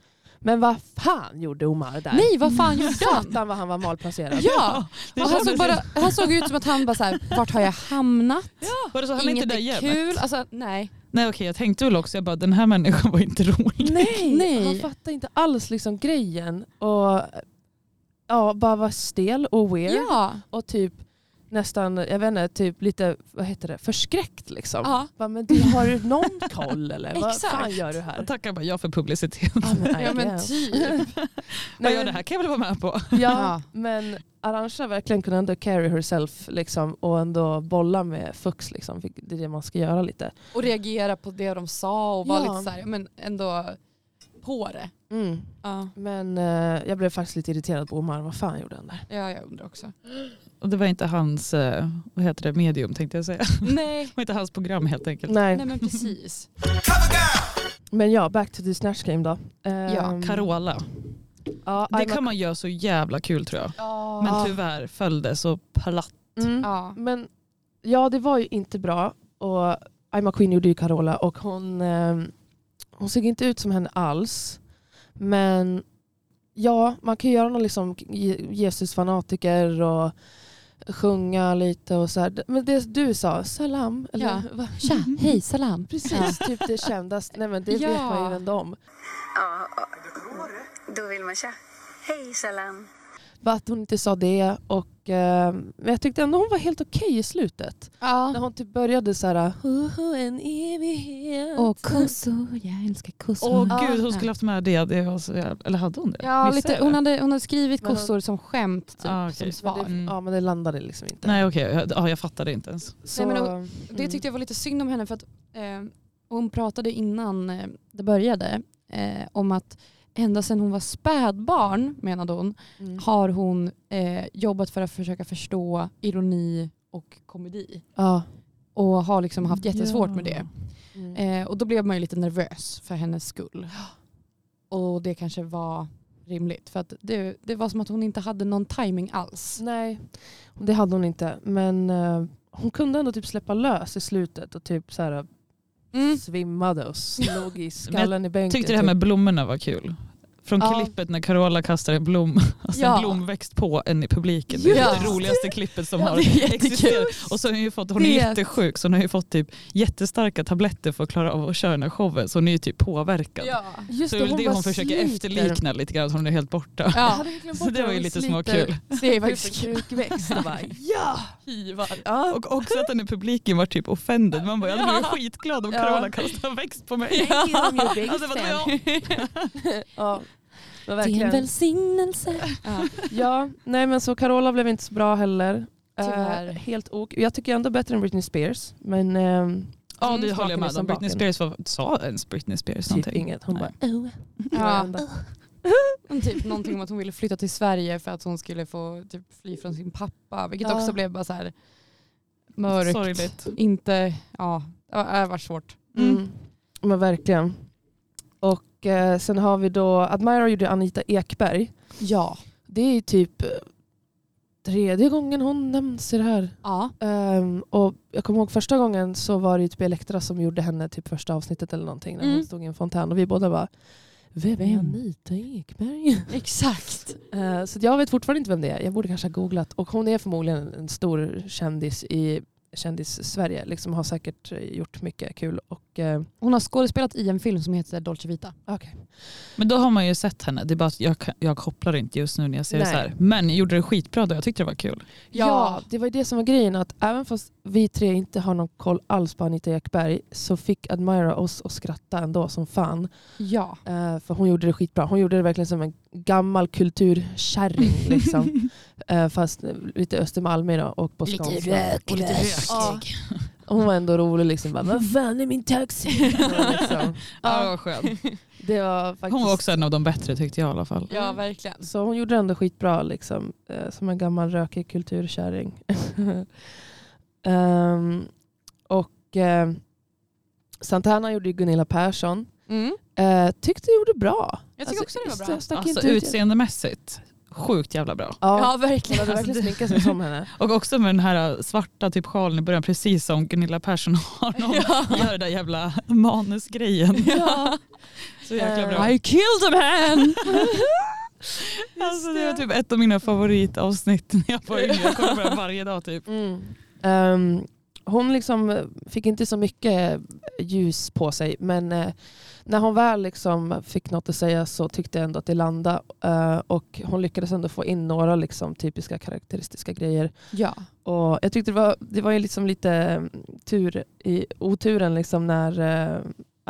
Speaker 1: Men vad fan gjorde Omar där?
Speaker 3: Nej vad fan gjorde han?
Speaker 1: Satan vad han var malplacerad.
Speaker 3: Ja,
Speaker 4: Det
Speaker 3: och han,
Speaker 4: kändes-
Speaker 3: såg bara, han såg ut som att han bara så här, vart har jag hamnat?
Speaker 4: Bara så, han är inte
Speaker 3: Inget
Speaker 4: där
Speaker 3: är
Speaker 4: jämt.
Speaker 3: kul. Alltså, nej.
Speaker 4: Nej okej jag tänkte väl också, jag bara den här människan var inte rolig.
Speaker 1: Nej,
Speaker 3: Nej.
Speaker 1: han fattar inte alls liksom grejen. Och ja, bara var stel och weird.
Speaker 3: Ja.
Speaker 1: Och typ nästan, jag vet inte, typ lite vad heter det, förskräckt liksom.
Speaker 3: ja.
Speaker 1: Bara, men du, har du någon koll eller? Vad
Speaker 3: Exakt.
Speaker 1: fan gör du
Speaker 4: Jag
Speaker 1: här?
Speaker 4: tackar bara ja för publicitet.
Speaker 1: Ja men, I
Speaker 3: Ja men
Speaker 1: guess.
Speaker 3: typ.
Speaker 4: Vad gör
Speaker 1: men-
Speaker 4: det här kan jag väl vara med på.
Speaker 1: Ja,
Speaker 3: Ja.
Speaker 1: men Arantxa verkligen kunde ändå carry herself liksom, och ändå bolla med Fux. Liksom. för Det är det man ska göra lite.
Speaker 3: Och reagera på det de sa och vara
Speaker 1: Ja.
Speaker 3: lite så här, men ändå på det.
Speaker 1: Mm.
Speaker 3: Ja,
Speaker 1: Men eh, jag blev faktiskt lite irriterad på Omar. Vad fan gjorde han där?
Speaker 3: ja jag undrar också.
Speaker 4: Och det var inte hans, eh, vad heter det, medium tänkte jag säga. Det
Speaker 3: nej,
Speaker 4: var inte hans program helt enkelt.
Speaker 1: Nej.
Speaker 3: nej men precis.
Speaker 2: Cover girl.
Speaker 1: Men ja, back to the snatch game då. Ehm,
Speaker 3: Ja,
Speaker 4: Carola.
Speaker 1: Ja,
Speaker 4: Det
Speaker 1: I'm a-
Speaker 4: kan man göra så jävla kul tror jag.
Speaker 3: Ja.
Speaker 4: Men tyvärr föll det så platt.
Speaker 1: mm.
Speaker 3: ja.
Speaker 1: Men ja, det var ju inte bra. Och I'm a Queen gjorde ju Carola och hon, eh, hon såg inte ut som henne alls. Men ja, man kan ju göra någon liksom Je- Jesus-fanatiker och sjunga lite och så här. Men det du sa, salam. Eller,
Speaker 3: Ja.
Speaker 1: va?
Speaker 3: Tja, hej, salam.
Speaker 1: Precis, typ det kändaste. Nej men det vet
Speaker 3: Ja.
Speaker 1: man ju ändå om.
Speaker 6: Ja, ja. då vill man tja. Hej salam.
Speaker 1: Bara Att hon inte sa det. Och, eh, men jag tyckte ändå hon var helt okej i slutet. När
Speaker 3: Ja.
Speaker 1: hon typ började så här, "Oh, oh, en evighet.
Speaker 3: Och kosso, jag älskar kosso.
Speaker 4: Åh
Speaker 1: Ja.
Speaker 4: gud, hon skulle haft med det. det var så jävla... Eller hade hon det?
Speaker 3: Ja,
Speaker 4: Missade
Speaker 3: lite,
Speaker 4: jag det?
Speaker 3: hon, hade, hon hade skrivit
Speaker 1: Men hon-
Speaker 3: kossor som skämt typ,
Speaker 4: Ah, okej.
Speaker 3: som
Speaker 1: Men
Speaker 3: svar.
Speaker 1: det,
Speaker 4: Mm.
Speaker 1: Ja men det landade liksom inte.
Speaker 4: Nej okej, jag, ja, jag fattade inte ens.
Speaker 1: Så,
Speaker 3: Nej, men
Speaker 1: mm.
Speaker 3: Det tyckte jag var lite synd om henne för att eh, hon pratade innan eh, det började eh, om att ända sedan hon var spädbarn menade hon
Speaker 1: Mm.
Speaker 3: har hon eh, jobbat för att försöka förstå ironi och komedi
Speaker 1: Ja.
Speaker 3: och har liksom haft jättesvårt med det.
Speaker 1: Mm.
Speaker 3: Eh, och då blev man ju lite nervös för hennes skull. Och det kanske var rimligt för att det, det var som att hon inte hade någon timing alls.
Speaker 1: Nej, det hade hon inte. Men eh, hon kunde ändå typ släppa lös i slutet och typ så här,
Speaker 3: Mm.
Speaker 1: svimmade och slog i skallen i bänken. typ.
Speaker 4: Tyckte det här med blommorna var kul. Från
Speaker 3: Typ. Ja.
Speaker 4: klippet när Carola kastar en, blom, alltså
Speaker 3: Ja.
Speaker 4: en blomväxt på en i publiken. Det är
Speaker 3: Ja.
Speaker 4: det roligaste klippet som
Speaker 3: Ja,
Speaker 4: har
Speaker 3: det är jättekul.
Speaker 4: existerat. Och så har hon, ju fått, hon är
Speaker 3: Det-
Speaker 4: jättesjuk så hon har ju fått typ jättestarka tabletter för att klara av att köra den här showen. Så hon är ju typ påverkad.
Speaker 3: Ja.
Speaker 1: Just
Speaker 4: Så det är väl det
Speaker 1: bara
Speaker 4: hon försöker
Speaker 1: sliter.
Speaker 4: efterlikna lite grann, att hon är helt borta.
Speaker 1: Jag
Speaker 3: ja.
Speaker 1: hade glömt
Speaker 4: Så
Speaker 1: bort
Speaker 4: det var ju
Speaker 1: hon
Speaker 4: lite
Speaker 1: sliter
Speaker 4: småkul.
Speaker 3: Det är faktiskt kul.
Speaker 1: Krukväxt och bara ja! Hivar. Ja.
Speaker 4: Och också att den i publiken var typ offended. Man bara, jag hade blivit skitglad om
Speaker 1: Ja.
Speaker 4: Carola kastade en växt på mig.
Speaker 1: Thank you, I'm your biggest
Speaker 4: Alltså, vad
Speaker 1: fan.
Speaker 4: jag-
Speaker 1: Ja, men
Speaker 3: Det är en
Speaker 1: verkligen.
Speaker 3: välsignelse. Ja.
Speaker 1: Ja, nej men så Carola blev inte så bra heller. Eh,
Speaker 3: Tyvärr.
Speaker 1: helt ok. Jag tycker ändå bättre än Britney Spears. Men ehm,
Speaker 4: Ja
Speaker 1: Mm.
Speaker 4: det håller jag med
Speaker 1: Baken.
Speaker 4: om. Britney Spears var, sa ens Britney Spears
Speaker 1: typ
Speaker 4: någonting?
Speaker 1: inget. Hon
Speaker 4: Nej.
Speaker 1: bara oh.
Speaker 3: Ja.
Speaker 1: varenda.
Speaker 3: Men Typ någonting om att hon ville flytta till Sverige för att hon skulle få typ, fly från sin pappa. Vilket
Speaker 1: Ja.
Speaker 3: också blev bara så här mörkt.
Speaker 4: Sorgligt.
Speaker 3: Inte, ja, det var- det var svårt.
Speaker 1: Mm. Men verkligen. Och eh, sen har vi då, Admira gjorde Anita Ekberg.
Speaker 3: Ja.
Speaker 1: Det är ju typ eh, tredje gången hon nämns i det här.
Speaker 3: Ja.
Speaker 1: Ehm, och jag kommer ihåg första gången så var det ju typ Elektra som gjorde henne typ första avsnittet eller någonting när hon
Speaker 3: Mm.
Speaker 1: stod i en fontän och vi båda bara Vem är
Speaker 4: Mm.
Speaker 1: Anita Ekberg?
Speaker 3: Exakt.
Speaker 1: Eh, så att jag vet fortfarande inte vem det är. Jag borde kanske ha googlat. Och hon är förmodligen en stor kändis i kändis-Sverige. Liksom har säkert eh, gjort mycket kul. Och, eh,
Speaker 3: Hon har skådespelat i en film som heter Dolce Vita.
Speaker 1: okej.
Speaker 4: Men då har man ju sett henne. Det är bara att jag, kan- jag kopplar inte just nu när jag ser det
Speaker 1: Nej.
Speaker 4: så här. Men gjorde det skitbra då. Jag tyckte det var kul.
Speaker 1: ja. det var ju det som var grejen. Att även fast vi tre inte har någon koll alls på Anita Ekberg så fick Admira oss att skratta ändå som fan.
Speaker 3: Ja.
Speaker 1: Eh, för hon gjorde det skitbra. Hon gjorde det verkligen som en gammal kulturkärring. Liksom. Eh, fast lite Östermalmig då, och på skånska.
Speaker 4: Och lite rökt.
Speaker 1: Ja. Hon var ändå rolig. Liksom, bara, Vad fan är min taxi? Ja, liksom.
Speaker 4: Ja, det var skönt.
Speaker 1: det var faktiskt...
Speaker 4: Hon var också en av de bättre tyckte jag i alla fall.
Speaker 3: Ja, verkligen.
Speaker 1: Så hon gjorde det ändå skitbra. Liksom, eh, som en gammal rökig kulturkärring. Ehm, och eh, Santana gjorde ju Gunilla Persson.
Speaker 3: Mm.
Speaker 1: Eh, tyckte det gjorde bra.
Speaker 3: Jag tycker också det var bra.
Speaker 1: jag stack
Speaker 4: Alltså
Speaker 1: inte ut-
Speaker 4: utseendemässigt. Sjukt jävla bra.
Speaker 1: Ja,
Speaker 3: Ja, verkligen.
Speaker 1: Hon hade verkligen sminkat sig som henne.
Speaker 4: Och också med den här svarta typ sjalen i början precis som Gunilla Persson har när hon gör den där jävla manusgrejen.
Speaker 3: Ja. Äh.
Speaker 4: Så jäkla bra.
Speaker 3: I killed a man!
Speaker 4: Alltså, det var typ ett av mina favoritavsnitt när jag var yngre. Jag kollade på den varje dag typ.
Speaker 1: Mm. Ehm, hon liksom eh, fick inte så mycket eh, ljus på sig men eh, när hon väl liksom fick något att säga så tyckte jag ändå att det landade eh, och hon lyckades ändå få in några liksom typiska karaktäristiska grejer.
Speaker 3: ja.
Speaker 1: Och jag tyckte det var, det var ju liksom lite mm, tur i oturen liksom när eh,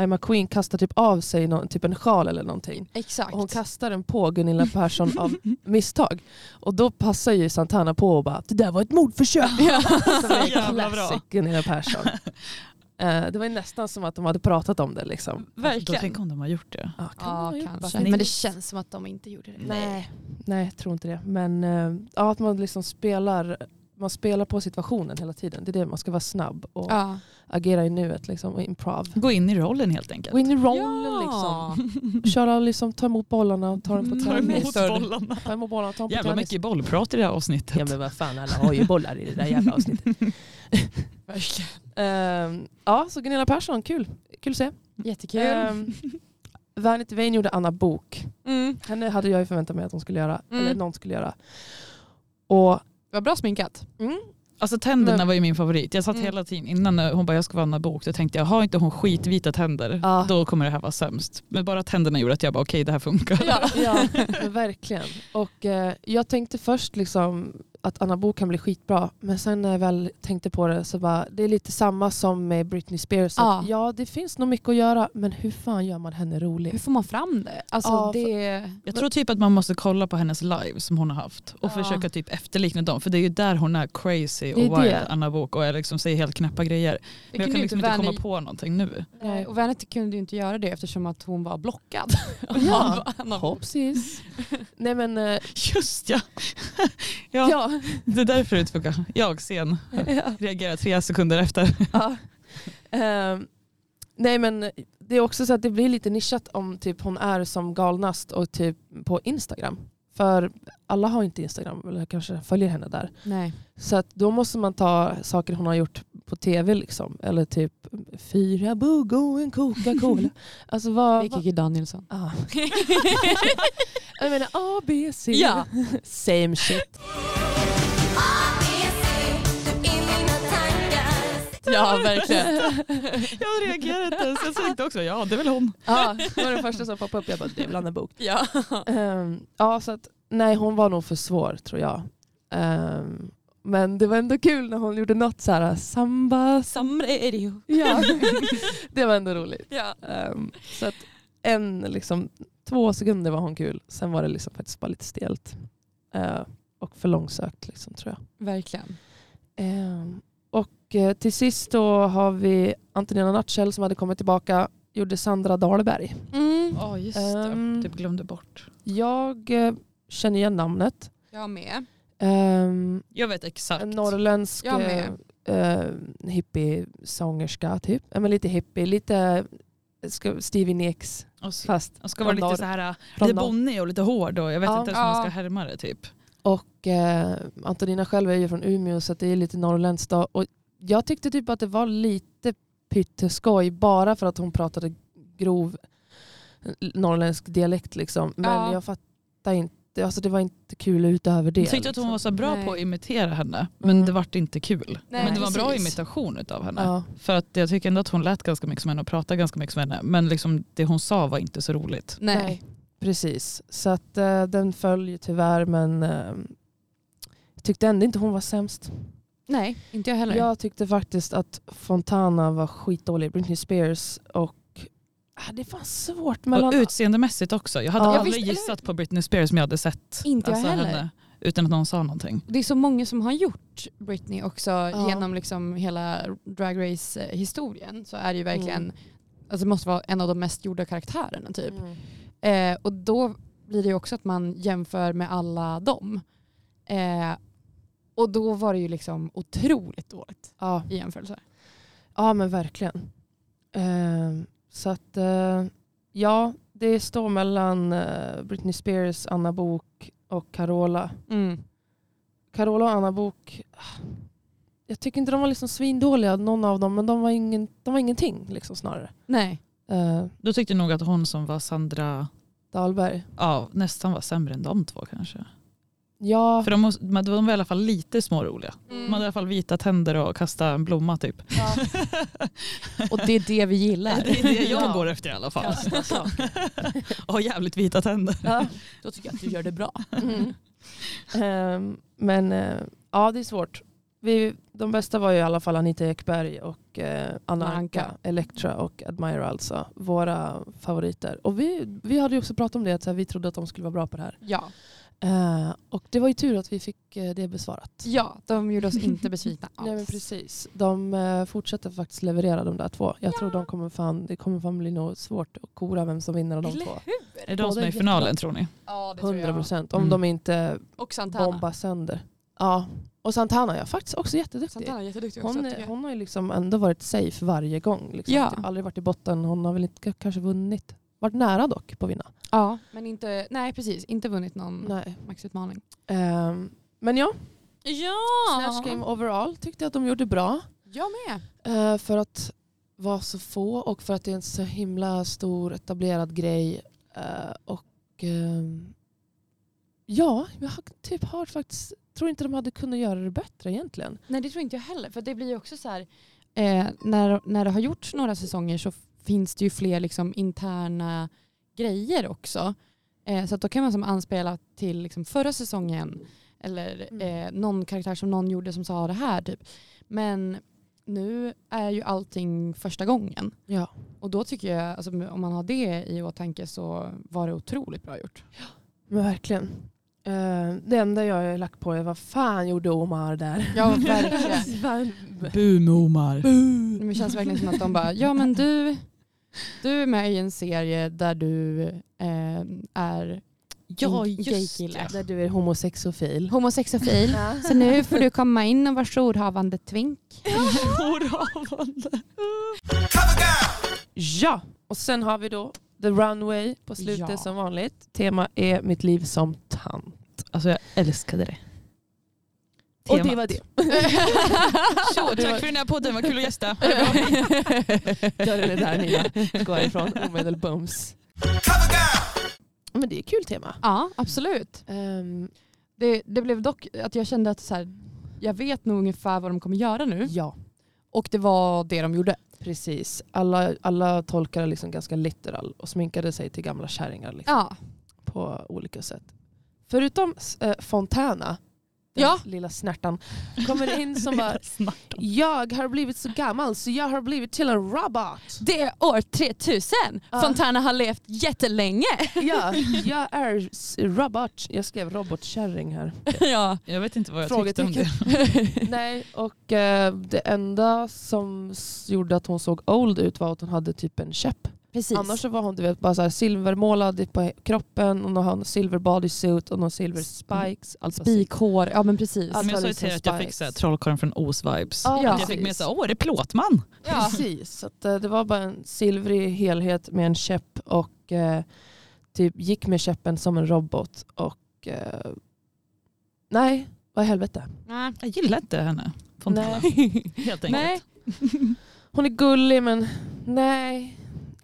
Speaker 1: I'm a Queen kastar typ av sig någon, typ en sjal eller någonting.
Speaker 3: Exakt.
Speaker 1: Och hon kastar den på Gunilla Persson av misstag. Och då passar ju Santana på och bara det där var ett mordförsök. Så
Speaker 4: Så jävla bra.
Speaker 1: Gunilla Persson. Eh, det var ju nästan som att de hade pratat om det. Liksom.
Speaker 4: Då
Speaker 3: Verkligen.
Speaker 4: tänk om de har gjort det.
Speaker 1: Ja, kan man
Speaker 3: Ja,
Speaker 1: ha gjort,
Speaker 3: kanske.
Speaker 1: varför
Speaker 3: Men det
Speaker 1: inte?
Speaker 3: känns som att de inte gjorde det.
Speaker 1: Nej. Nej, jag tror inte det. Men eh, ja, att man liksom spelar man spelar på situationen hela tiden. Det är det, man ska vara snabb och
Speaker 3: Ja.
Speaker 1: agera i nuet liksom, och improv.
Speaker 4: Gå in i rollen helt enkelt.
Speaker 1: Win the roll liksom. Köra och liksom, ta emot bollarna och ta dem på
Speaker 4: Ta
Speaker 1: tennis.
Speaker 4: emot
Speaker 1: Ta
Speaker 4: bollarna.
Speaker 1: emot Mm. bollarna och ta dem på
Speaker 4: Jävla
Speaker 1: tennis.
Speaker 4: mycket bollprat i det här avsnittet.
Speaker 1: Ja men vad fan, alla har ju bollar i det där jävla avsnittet.
Speaker 3: Verkligen.
Speaker 1: Ehm, ja, så Gunilla Persson, kul. Kul att se.
Speaker 3: Jättekul.
Speaker 1: Ehm, Vanity Vane gjorde Anna Bok.
Speaker 3: Mm.
Speaker 1: Henne hade jag ju förväntat mig att hon skulle göra.
Speaker 3: Mm.
Speaker 1: Eller någon skulle göra. Och
Speaker 3: Det var bra sminkat.
Speaker 4: Alltså tänderna
Speaker 1: Men-
Speaker 4: var ju min favorit. Jag satt
Speaker 3: Mm.
Speaker 4: hela tiden innan när hon bara jag ska vara Anna Bok. Då tänkte jag har inte hon skitvita tänder
Speaker 1: Ja.
Speaker 4: då kommer det här vara sämst. Men bara tänderna gjorde att jag bara okej det här funkar.
Speaker 3: Ja.
Speaker 1: ja, men verkligen. Och eh, jag tänkte först liksom att Anna Bok kan bli skitbra. Men sen när jag väl tänkte på det så bara, det är lite samma som med Britney Spears.
Speaker 3: Ja.
Speaker 1: Att, ja, det finns nog mycket att göra. Men hur fan gör man henne
Speaker 3: Hur
Speaker 1: rolig?
Speaker 3: får man fram det? Alltså
Speaker 1: Ja,
Speaker 3: det...
Speaker 4: Jag tror typ att man måste kolla på hennes live som hon har haft och
Speaker 3: Ja.
Speaker 4: försöka typ efterlikna dem för det är ju där hon är crazy och
Speaker 1: Det är
Speaker 4: wild
Speaker 1: det.
Speaker 4: Anna Bok och är liksom säger helt knäppa grejer. Men jag kan liksom inte komma på någonting nu.
Speaker 3: Nej, och Vanity kunde ju inte göra det eftersom att hon var blockad.
Speaker 1: Ja.
Speaker 3: Av Anna Bok.
Speaker 1: Hoppsis. Nej men, eh,
Speaker 4: Just ja. ja.
Speaker 1: ja.
Speaker 4: Det är därför det funkar. Jag sen reagerar tre sekunder efter.
Speaker 1: Ja. Ehm, nej men det är också så att det blir lite nischat om typ hon är som galnast och typ på Instagram. För alla har inte Instagram eller kanske följer henne där.
Speaker 3: Nej.
Speaker 1: Så att då måste man ta saker hon har gjort på tv liksom. Eller typ fyra bugg och en Coca-Cola. alltså vad... vad
Speaker 3: Kikki Danielsson.
Speaker 1: ah. jag menar A, B, C.
Speaker 3: Ja.
Speaker 1: Same shit.
Speaker 3: Ja, verkligen.
Speaker 4: Jag reagerade inte ens. Jag tänkte också, ja det är väl hon.
Speaker 1: Ja, det var den första som poppade upp. Jag bara, det är väl Anna Bok.
Speaker 3: Ja.
Speaker 1: Ehm, ja, så att, nej hon var nog för svår tror jag. Ehm, men det var ändå kul när hon gjorde något så här äh, samba.
Speaker 3: Samre är det ju.
Speaker 1: Ja. det var ändå roligt.
Speaker 3: Ja.
Speaker 1: Ehm, så att en, liksom, två sekunder var hon kul. Sen var det liksom faktiskt bara lite stelt. Ehm, och för långsökt liksom, tror jag.
Speaker 3: Verkligen.
Speaker 1: Ehm, och eh, till sist då har vi Antonina Nutshell som hade kommit tillbaka. Gjorde Sandra Dahlberg.
Speaker 3: Mm.
Speaker 4: Ja just
Speaker 1: Ehm.
Speaker 4: det, typ glömde bort.
Speaker 1: Jag eh, känner igen namnet.
Speaker 3: Jag med.
Speaker 1: Ehm,
Speaker 4: Jag vet exakt.
Speaker 1: En norrländsk
Speaker 3: Jag med.
Speaker 1: eh, hippiesångerska typ. Ja, men lite hippie, lite eh, ska- Stevie Nicks
Speaker 4: Och så-
Speaker 1: fast.
Speaker 4: och ska vara
Speaker 1: från
Speaker 4: lite
Speaker 1: norr.
Speaker 4: så här, äh,
Speaker 1: Från
Speaker 4: lite
Speaker 1: norr.
Speaker 4: bonnig och lite hård och jag vet
Speaker 1: Ja.
Speaker 4: inte ens hur man
Speaker 3: Ja.
Speaker 4: ska härma det typ.
Speaker 1: Och eh, Antonina själv är ju från Umeå så att det är lite norrländskt. då. Och jag tyckte typ att det var lite pytteskoj bara för att hon pratade grov eh, norrländsk dialekt liksom. Men
Speaker 3: Ja.
Speaker 1: jag fattar inte, alltså det var inte kul utöver det.
Speaker 4: Jag tyckte att hon
Speaker 1: liksom.
Speaker 4: var så bra
Speaker 3: Nej.
Speaker 4: på att imitera henne men
Speaker 1: Mm.
Speaker 4: det vart inte kul.
Speaker 3: Nej,
Speaker 4: men det var en bra
Speaker 3: precis.
Speaker 4: imitation utav henne.
Speaker 1: Ja.
Speaker 4: För att jag tycker ändå att hon lät ganska mycket som henne och pratade ganska mycket som henne. Men liksom det hon sa var inte så roligt.
Speaker 3: Nej.
Speaker 1: Precis, så att eh, den föll ju tyvärr men eh, jag tyckte ändå inte hon var sämst.
Speaker 3: Nej, inte jag heller.
Speaker 1: Jag tyckte faktiskt att Fontana var skitdålig, Britney Spears och Ah, det var svårt mellan...
Speaker 4: Och utseendemässigt också. Jag hade
Speaker 1: Ja.
Speaker 4: aldrig
Speaker 3: Ja, visst,
Speaker 4: gissat på Britney Spears som jag hade sett alltså,
Speaker 3: Inte jag heller.
Speaker 4: utan att någon sa någonting.
Speaker 3: Det är så många som har gjort Britney också genom liksom hela Drag Race-historien. Så är det ju verkligen,
Speaker 1: Mm.
Speaker 3: alltså det måste vara en av de mest gjorda karaktärerna typ.
Speaker 1: Mm.
Speaker 3: Eh, och då blir det ju också att man jämför med alla dem. Eh, och då var det ju liksom otroligt dåligt
Speaker 1: Ja,
Speaker 3: i jämförelse.
Speaker 1: ja men verkligen. Ehm, så att eh, ja, det står mellan eh, Britney Spears, Anna Bok och Carola. Carola och Anna Bok ah, jag tycker inte de var liksom svindåliga någon av dem men de var, ingen, de var ingenting liksom, snarare.
Speaker 3: Nej.
Speaker 1: Eh,
Speaker 4: Då tyckte jag nog att hon som var Sandra
Speaker 1: Dahlberg.
Speaker 4: ja, nästan var sämre än de två kanske.
Speaker 1: Ja,
Speaker 4: För de, måste- men de var i alla fall lite småroliga.
Speaker 3: Mm.
Speaker 4: De hade i alla fall vita tänder och kastade en blomma typ.
Speaker 3: Och det är det vi gillar.
Speaker 4: Det är det jag
Speaker 1: Ja.
Speaker 4: går efter i alla fall. och jävligt vita tänder.
Speaker 1: ja.
Speaker 3: Då tycker jag att du gör det bra.
Speaker 1: Mm. Ehm, men eh, ja, det är svårt. Vi, de bästa var ju i alla fall Anita Ekberg och eh, Anna
Speaker 3: Anka.
Speaker 1: Anka, Elektra och Admira alltså. Våra favoriter. Och vi, vi hade ju också pratat om det, att så här, vi trodde att de skulle vara bra på det här.
Speaker 3: Ja.
Speaker 1: Eh, och det var ju tur att vi fick eh, det besvarat.
Speaker 3: ja, de gjorde oss inte besvikna alls.
Speaker 1: Nej men precis. De eh, fortsätter faktiskt leverera de där två. Jag tror de kommer fan, det kommer fan bli nog svårt att kora vem som vinner av de
Speaker 3: Eller
Speaker 1: två.
Speaker 4: Är det de som
Speaker 1: Båda
Speaker 4: är
Speaker 1: är
Speaker 4: i finalen tror ni?
Speaker 3: Ja, det tror
Speaker 1: 100
Speaker 3: jag.
Speaker 1: procent. Om
Speaker 4: Mm.
Speaker 1: de inte
Speaker 3: Och Santana.
Speaker 1: bombar sönder. Ja. Och Santana är faktiskt också jätteduktig.
Speaker 3: Santana är jätteduktig också.
Speaker 1: Hon,
Speaker 3: tycker
Speaker 1: är,
Speaker 3: jag.
Speaker 1: hon har ju liksom ändå varit safe varje gång. Liksom.
Speaker 3: Ja.
Speaker 1: Typ aldrig varit i botten. Hon har väl inte k- kanske vunnit. Varit nära dock på att vinna.
Speaker 3: Ja, men inte, nej precis, inte vunnit någon
Speaker 1: Nej.
Speaker 3: maxutmaning.
Speaker 1: Ehm, men ja,
Speaker 3: Ja!
Speaker 1: Snatch Game overall tyckte jag att de gjorde bra.
Speaker 3: Jag med.
Speaker 1: Eh, för att vara så få och för att det är en så himla stor etablerad grej. Eh, och ehm, ja, jag har typ hört faktiskt, tror inte de hade kunnat göra det bättre egentligen.
Speaker 3: Nej det tror inte jag heller. För det blir ju också så här, eh, när, när det har gjorts några säsonger så finns det ju fler liksom, interna grejer också. Eh, så att då kan man som anspela till liksom, förra säsongen eller
Speaker 1: Mm.
Speaker 3: eh, någon karaktär som någon gjorde som sa det här typ. Men nu är ju allting första gången.
Speaker 1: Ja.
Speaker 3: Och då tycker jag, alltså, om man har det i åtanke så var det otroligt bra gjort.
Speaker 1: Men verkligen. Eh, det enda jag är lack på är vad fan gjorde Omar där?
Speaker 3: Ja verkligen.
Speaker 4: Boom-Omar.
Speaker 3: Men Det känns verkligen som att de bara, ja men du, du är med i en serie där du eh, är
Speaker 4: Ja
Speaker 3: en
Speaker 4: just
Speaker 3: gay-kille.
Speaker 4: det.
Speaker 1: Där du är homosexofil.
Speaker 3: homosexofil. Så nu får du komma in och vara jourhavande twink.
Speaker 4: Jourhavande.
Speaker 2: Cover girl.
Speaker 1: Ja, och sen har vi då The Runway på slutet
Speaker 3: Ja.
Speaker 1: som vanligt. Tema är mitt liv som tant.
Speaker 4: Alltså jag älskade det.
Speaker 1: Och det var det.
Speaker 4: Så,
Speaker 1: Det var-
Speaker 4: tack för den här podden, vad kul att gästa.
Speaker 1: Dörren är där Nina. Gå ifrån omedelbums.
Speaker 2: Cover girl.
Speaker 1: Men det är ett kul tema.
Speaker 3: Ja, absolut.
Speaker 1: Ehm,
Speaker 3: Det, det blev dock att jag kände att så här, jag vet nog ungefär vad de kommer göra nu.
Speaker 1: ja,
Speaker 3: Och det var det de gjorde.
Speaker 1: precis. Alla, alla tolkade liksom ganska literal och sminkade sig till gamla kärringar liksom,
Speaker 3: Ja,
Speaker 1: på olika sätt. Förutom eh, Fontana, den
Speaker 3: Ja.
Speaker 1: lilla snärtan, kommer in som bara
Speaker 4: Snart.
Speaker 1: Jag har blivit så gammal så jag har blivit till en robot.
Speaker 3: det är år 3000.
Speaker 1: Ja.
Speaker 3: Fontana har levt jättelänge.
Speaker 1: Ja, jag är s- robot. Jag skrev robotkärring här.
Speaker 3: ja.
Speaker 4: Jag vet inte vad jag tyckte om det.
Speaker 1: Nej, och eh, det enda som s- gjorde att hon såg old ut var att hon hade typ en käpp.
Speaker 3: Precis.
Speaker 1: Annars så var hon du vet, bara så här silvermålad i- på he- kroppen och hon har en silver bodysuit och någon silver spikes. Allt var silver.
Speaker 3: Spikhår, ja men precis.
Speaker 1: Ja,
Speaker 4: Men jag
Speaker 1: Alltså,
Speaker 4: sa ju
Speaker 1: liksom
Speaker 4: till er att jag fick
Speaker 1: spikes.
Speaker 4: så här, trollkarlen från Oz-vibes.
Speaker 1: Ja,
Speaker 4: Att jag
Speaker 1: precis.
Speaker 4: fick med så här, åh det är plåtman.
Speaker 3: Ja.
Speaker 1: Precis, så att, eh, det var bara en silvrig helhet med en käpp och eh, typ gick med käppen som en robot och eh, nej, vad i helvete.
Speaker 4: Jag gillar inte henne. Fontana. Helt enkelt.
Speaker 3: Nej.
Speaker 1: Hon är gullig men nej,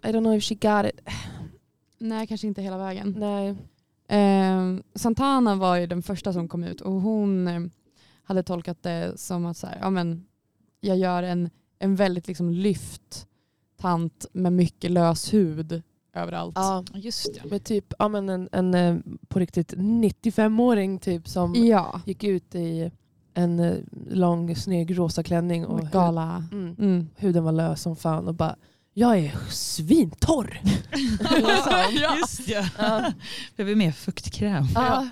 Speaker 1: I don't know if she got it.
Speaker 3: Nej, kanske inte hela vägen.
Speaker 1: Nej.
Speaker 3: Eh, Santana var ju den första som kom ut och hon eh, hade tolkat det som att så här, ja, men jag gör en, en väldigt liksom lyft tant med mycket lös hud överallt.
Speaker 1: Ja,
Speaker 4: Ja, Just det.
Speaker 1: med typ ja, men en, en eh, på riktigt 95-åring typ som
Speaker 3: ja.
Speaker 1: gick ut i en eh, lång snygg rosa klänning och
Speaker 3: Med gala.
Speaker 1: hu- mm,
Speaker 3: Mm.
Speaker 1: huden var lös som fan och bara jag är svintorr.
Speaker 4: ja. Just det.
Speaker 1: Ja.
Speaker 4: Behöver mer fuktkräm.
Speaker 1: Ja.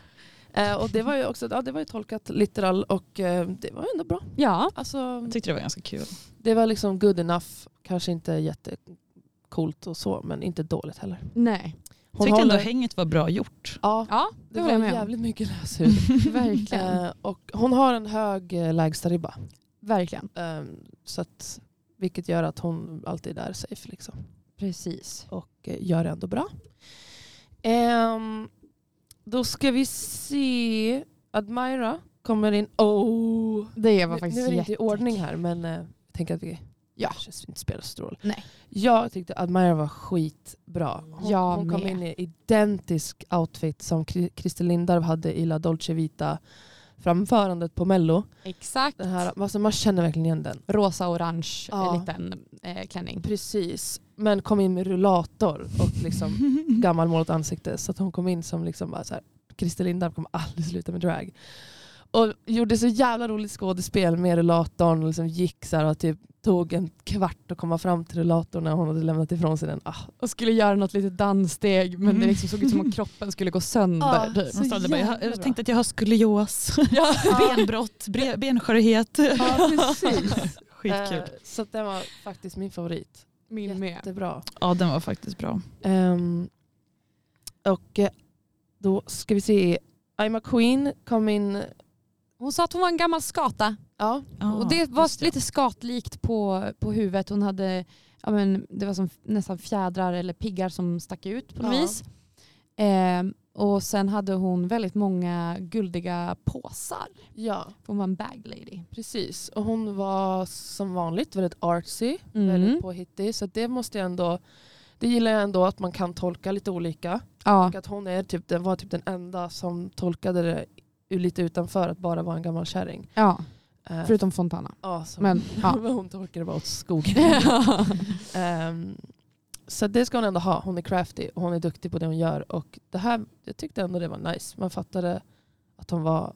Speaker 1: Eh, och det var ju också ja, det var ju tolkat literal och eh, det var ändå bra.
Speaker 3: Ja,
Speaker 1: Alltså,
Speaker 4: Jag tyckte det var ganska kul.
Speaker 1: det var liksom good enough, kanske inte jättecoolt och så men inte dåligt heller.
Speaker 3: nej.
Speaker 1: Hon
Speaker 4: tyckte ändå
Speaker 1: håller-
Speaker 4: hänget var bra gjort.
Speaker 1: Ja,
Speaker 3: Ja,
Speaker 1: det
Speaker 3: det
Speaker 1: var
Speaker 3: håller jag med om.
Speaker 1: jävligt mycket löshud.
Speaker 3: Verkligen.
Speaker 1: Eh, och hon har en hög eh, lägsta ribba.
Speaker 3: Verkligen.
Speaker 1: Eh, så att, vilket gör att hon alltid är safe liksom.
Speaker 3: Precis.
Speaker 1: Och eh, gör det ändå bra. Ehm, då ska vi se. Admira kommer in. Oh!
Speaker 3: Det var
Speaker 1: Nu,
Speaker 3: faktiskt
Speaker 1: nu är det inte i
Speaker 3: jätte-
Speaker 1: ordning här men eh, jag tänker att vi
Speaker 3: Ja.
Speaker 1: kanske inte spelar så stor roll.
Speaker 3: Nej.
Speaker 1: Jag tyckte Admira var skitbra. Hon,
Speaker 3: Jag
Speaker 1: hon kom
Speaker 3: med.
Speaker 1: in i identisk outfit som Kri- Christer Lindarw hade i La Dolce Vita framförandet på Mello.
Speaker 3: Exakt.
Speaker 1: Den här, alltså man känner verkligen igen den.
Speaker 3: Rosa orange
Speaker 1: Ja.
Speaker 3: eh, liten eh, klänning.
Speaker 1: Precis, men kom in med rullator och liksom gammal målat ansikte. Så att hon kom in som liksom bara så här, Christer Lindarw kommer aldrig sluta med drag. Och gjorde så jävla roligt skådespel med rullatorn och liksom gick så här och typ tog en kvart att komma fram till rullatorn när hon hade lämnat ifrån sig den. Ah,
Speaker 3: Och skulle göra något litet danssteg men det liksom såg ut som att kroppen skulle gå sönder.
Speaker 1: Ja.
Speaker 3: typ.
Speaker 1: Så
Speaker 4: Hon stod där bara, jag,
Speaker 1: jävla bra.
Speaker 4: jag tänkte att jag har skolios, benbrott, bre, benskörhet.
Speaker 1: ja, precis.
Speaker 4: Skitkul.
Speaker 1: Eh, Så att den var faktiskt min favorit.
Speaker 3: Min med.
Speaker 1: Jättebra.
Speaker 4: Ja den var faktiskt bra.
Speaker 1: Ehm, och eh, då ska vi se. Ima Queen kom in.
Speaker 3: Hon sa att hon var en gammal skata
Speaker 1: Ja,
Speaker 4: Ja,
Speaker 3: och det var
Speaker 4: just
Speaker 3: lite skatlikt på, på huvudet. Hon hade, ja, men det var som f- nästan fjädrar eller piggar som stack ut på något
Speaker 1: Ja.
Speaker 3: vis. Ehm, och sen hade hon väldigt många guldiga påsar.
Speaker 1: ja.
Speaker 3: Hon var en bag lady.
Speaker 1: Precis, och hon var som vanligt väldigt artsy, väldigt
Speaker 3: Mm.
Speaker 1: påhittig. Så det måste jag ändå, det gillar jag ändå att man kan tolka lite olika.
Speaker 3: Ja,
Speaker 1: Och att hon är typ, den var typ den enda som tolkade det ur- lite utanför att bara vara en gammal kärring.
Speaker 3: ja,
Speaker 1: Eh,
Speaker 3: förutom Fontana.
Speaker 1: ja, som, men,
Speaker 3: Men, ja.
Speaker 1: hon tolkade det bara åt skogen. Ehm, så det ska hon ändå ha. Hon är crafty och hon är duktig på det hon gör. Och det här, jag tyckte ändå det var nice. Man fattade att hon var,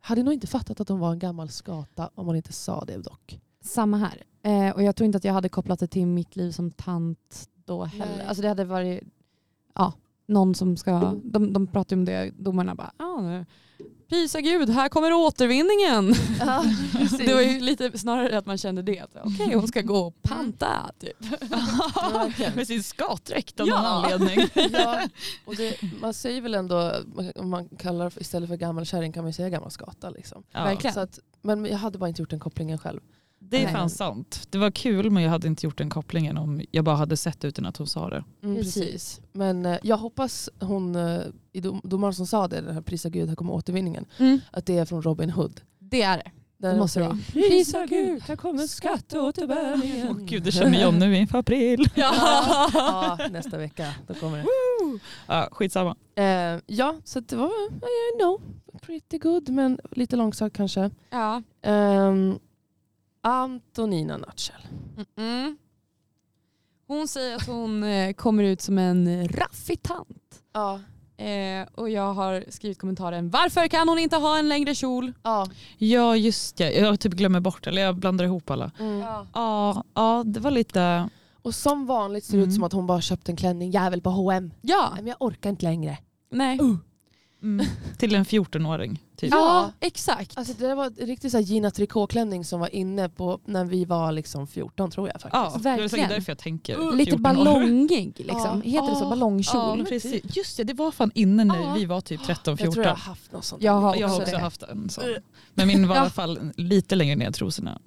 Speaker 1: hade nog inte fattat att hon var en gammal skata om hon inte sa det dock.
Speaker 3: Samma här. Eh, och jag tror inte att jag hade kopplat det till mitt liv som tant då heller.
Speaker 1: Nej.
Speaker 3: Alltså det hade varit ja, någon som ska... De, de pratar ju om det, domarna bara ah, nu. Prisa gud, här kommer återvinningen.
Speaker 1: Ja, precis.
Speaker 3: Det var ju lite snarare att man kände det. att Okej, hon ska gå och panta. Typ.
Speaker 4: det. Med sin skatdräkt av
Speaker 3: Ja.
Speaker 4: någon anledning.
Speaker 1: ja, och det, man säger väl ändå, om man kallar det för- istället för gammal kärring kan man ju säga gammal skata. Liksom.
Speaker 4: Ja.
Speaker 3: Verkligen.
Speaker 1: Så att, men jag hade bara inte gjort den kopplingen själv.
Speaker 4: Det är
Speaker 1: Nej.
Speaker 4: fan sant. Det var kul men jag hade inte gjort den kopplingen om jag bara hade sett utan att hon sa det.
Speaker 1: Mm, precis. Men eh, jag hoppas hon, eh, i dom- domaren som sa det, den här prisa gud, här kommer återvinningen,
Speaker 3: Mm.
Speaker 1: att det är från Robin Hood.
Speaker 3: Det är det.
Speaker 1: Där
Speaker 3: Det måste
Speaker 1: de
Speaker 3: det vara.
Speaker 1: säger,
Speaker 3: Prisa Gud,
Speaker 1: här kommer skatteåterbäringen.
Speaker 4: Åh gud, det känner jag nu inför april.
Speaker 1: Ja. ja, nästa vecka. Då kommer det.
Speaker 4: Ja, skitsamma.
Speaker 1: Eh, ja, så det var eh, I know, pretty good men lite långsamt kanske.
Speaker 3: Ja.
Speaker 1: Ehm, Antonina Nutshell.
Speaker 3: Mm. Hon säger att hon eh, kommer ut som en raffig tant.
Speaker 1: Ja,
Speaker 3: Eh, och jag har skrivit kommentaren varför kan hon inte ha en längre kjol?
Speaker 1: ja.
Speaker 4: Ja just det, jag typ glömmer bort eller jag blandar ihop alla. Ja, ja det var lite...
Speaker 1: Mm. Och som vanligt ser det ut
Speaker 4: Mm.
Speaker 1: som att hon bara köpt en klänning jävel på H&M. Nej,
Speaker 3: Ja,
Speaker 1: Men jag orkar inte längre.
Speaker 3: nej.
Speaker 4: Mm, till en 14-åring typ.
Speaker 3: Ja, exakt.
Speaker 1: Alltså det där var en riktig så här Gina Tricot-klänning som var inne på när vi var liksom 14 tror jag. faktiskt.
Speaker 4: Ja, det är
Speaker 3: verkligen.
Speaker 4: säkert därför jag tänker.
Speaker 3: Lite
Speaker 4: 14 år.
Speaker 3: ballongig liksom.
Speaker 1: Ja.
Speaker 3: Heter det så?
Speaker 1: Ja.
Speaker 3: Ballongkjol?
Speaker 4: Ja, precis. Just det, det var fan inne när
Speaker 3: Ja.
Speaker 4: vi var typ 13-14.
Speaker 1: Jag tror jag har haft någon sån.
Speaker 3: Jag har
Speaker 4: Jag har
Speaker 3: också
Speaker 4: också
Speaker 3: det.
Speaker 4: haft en sån. Men min var i alla fall lite längre ner i trosorna.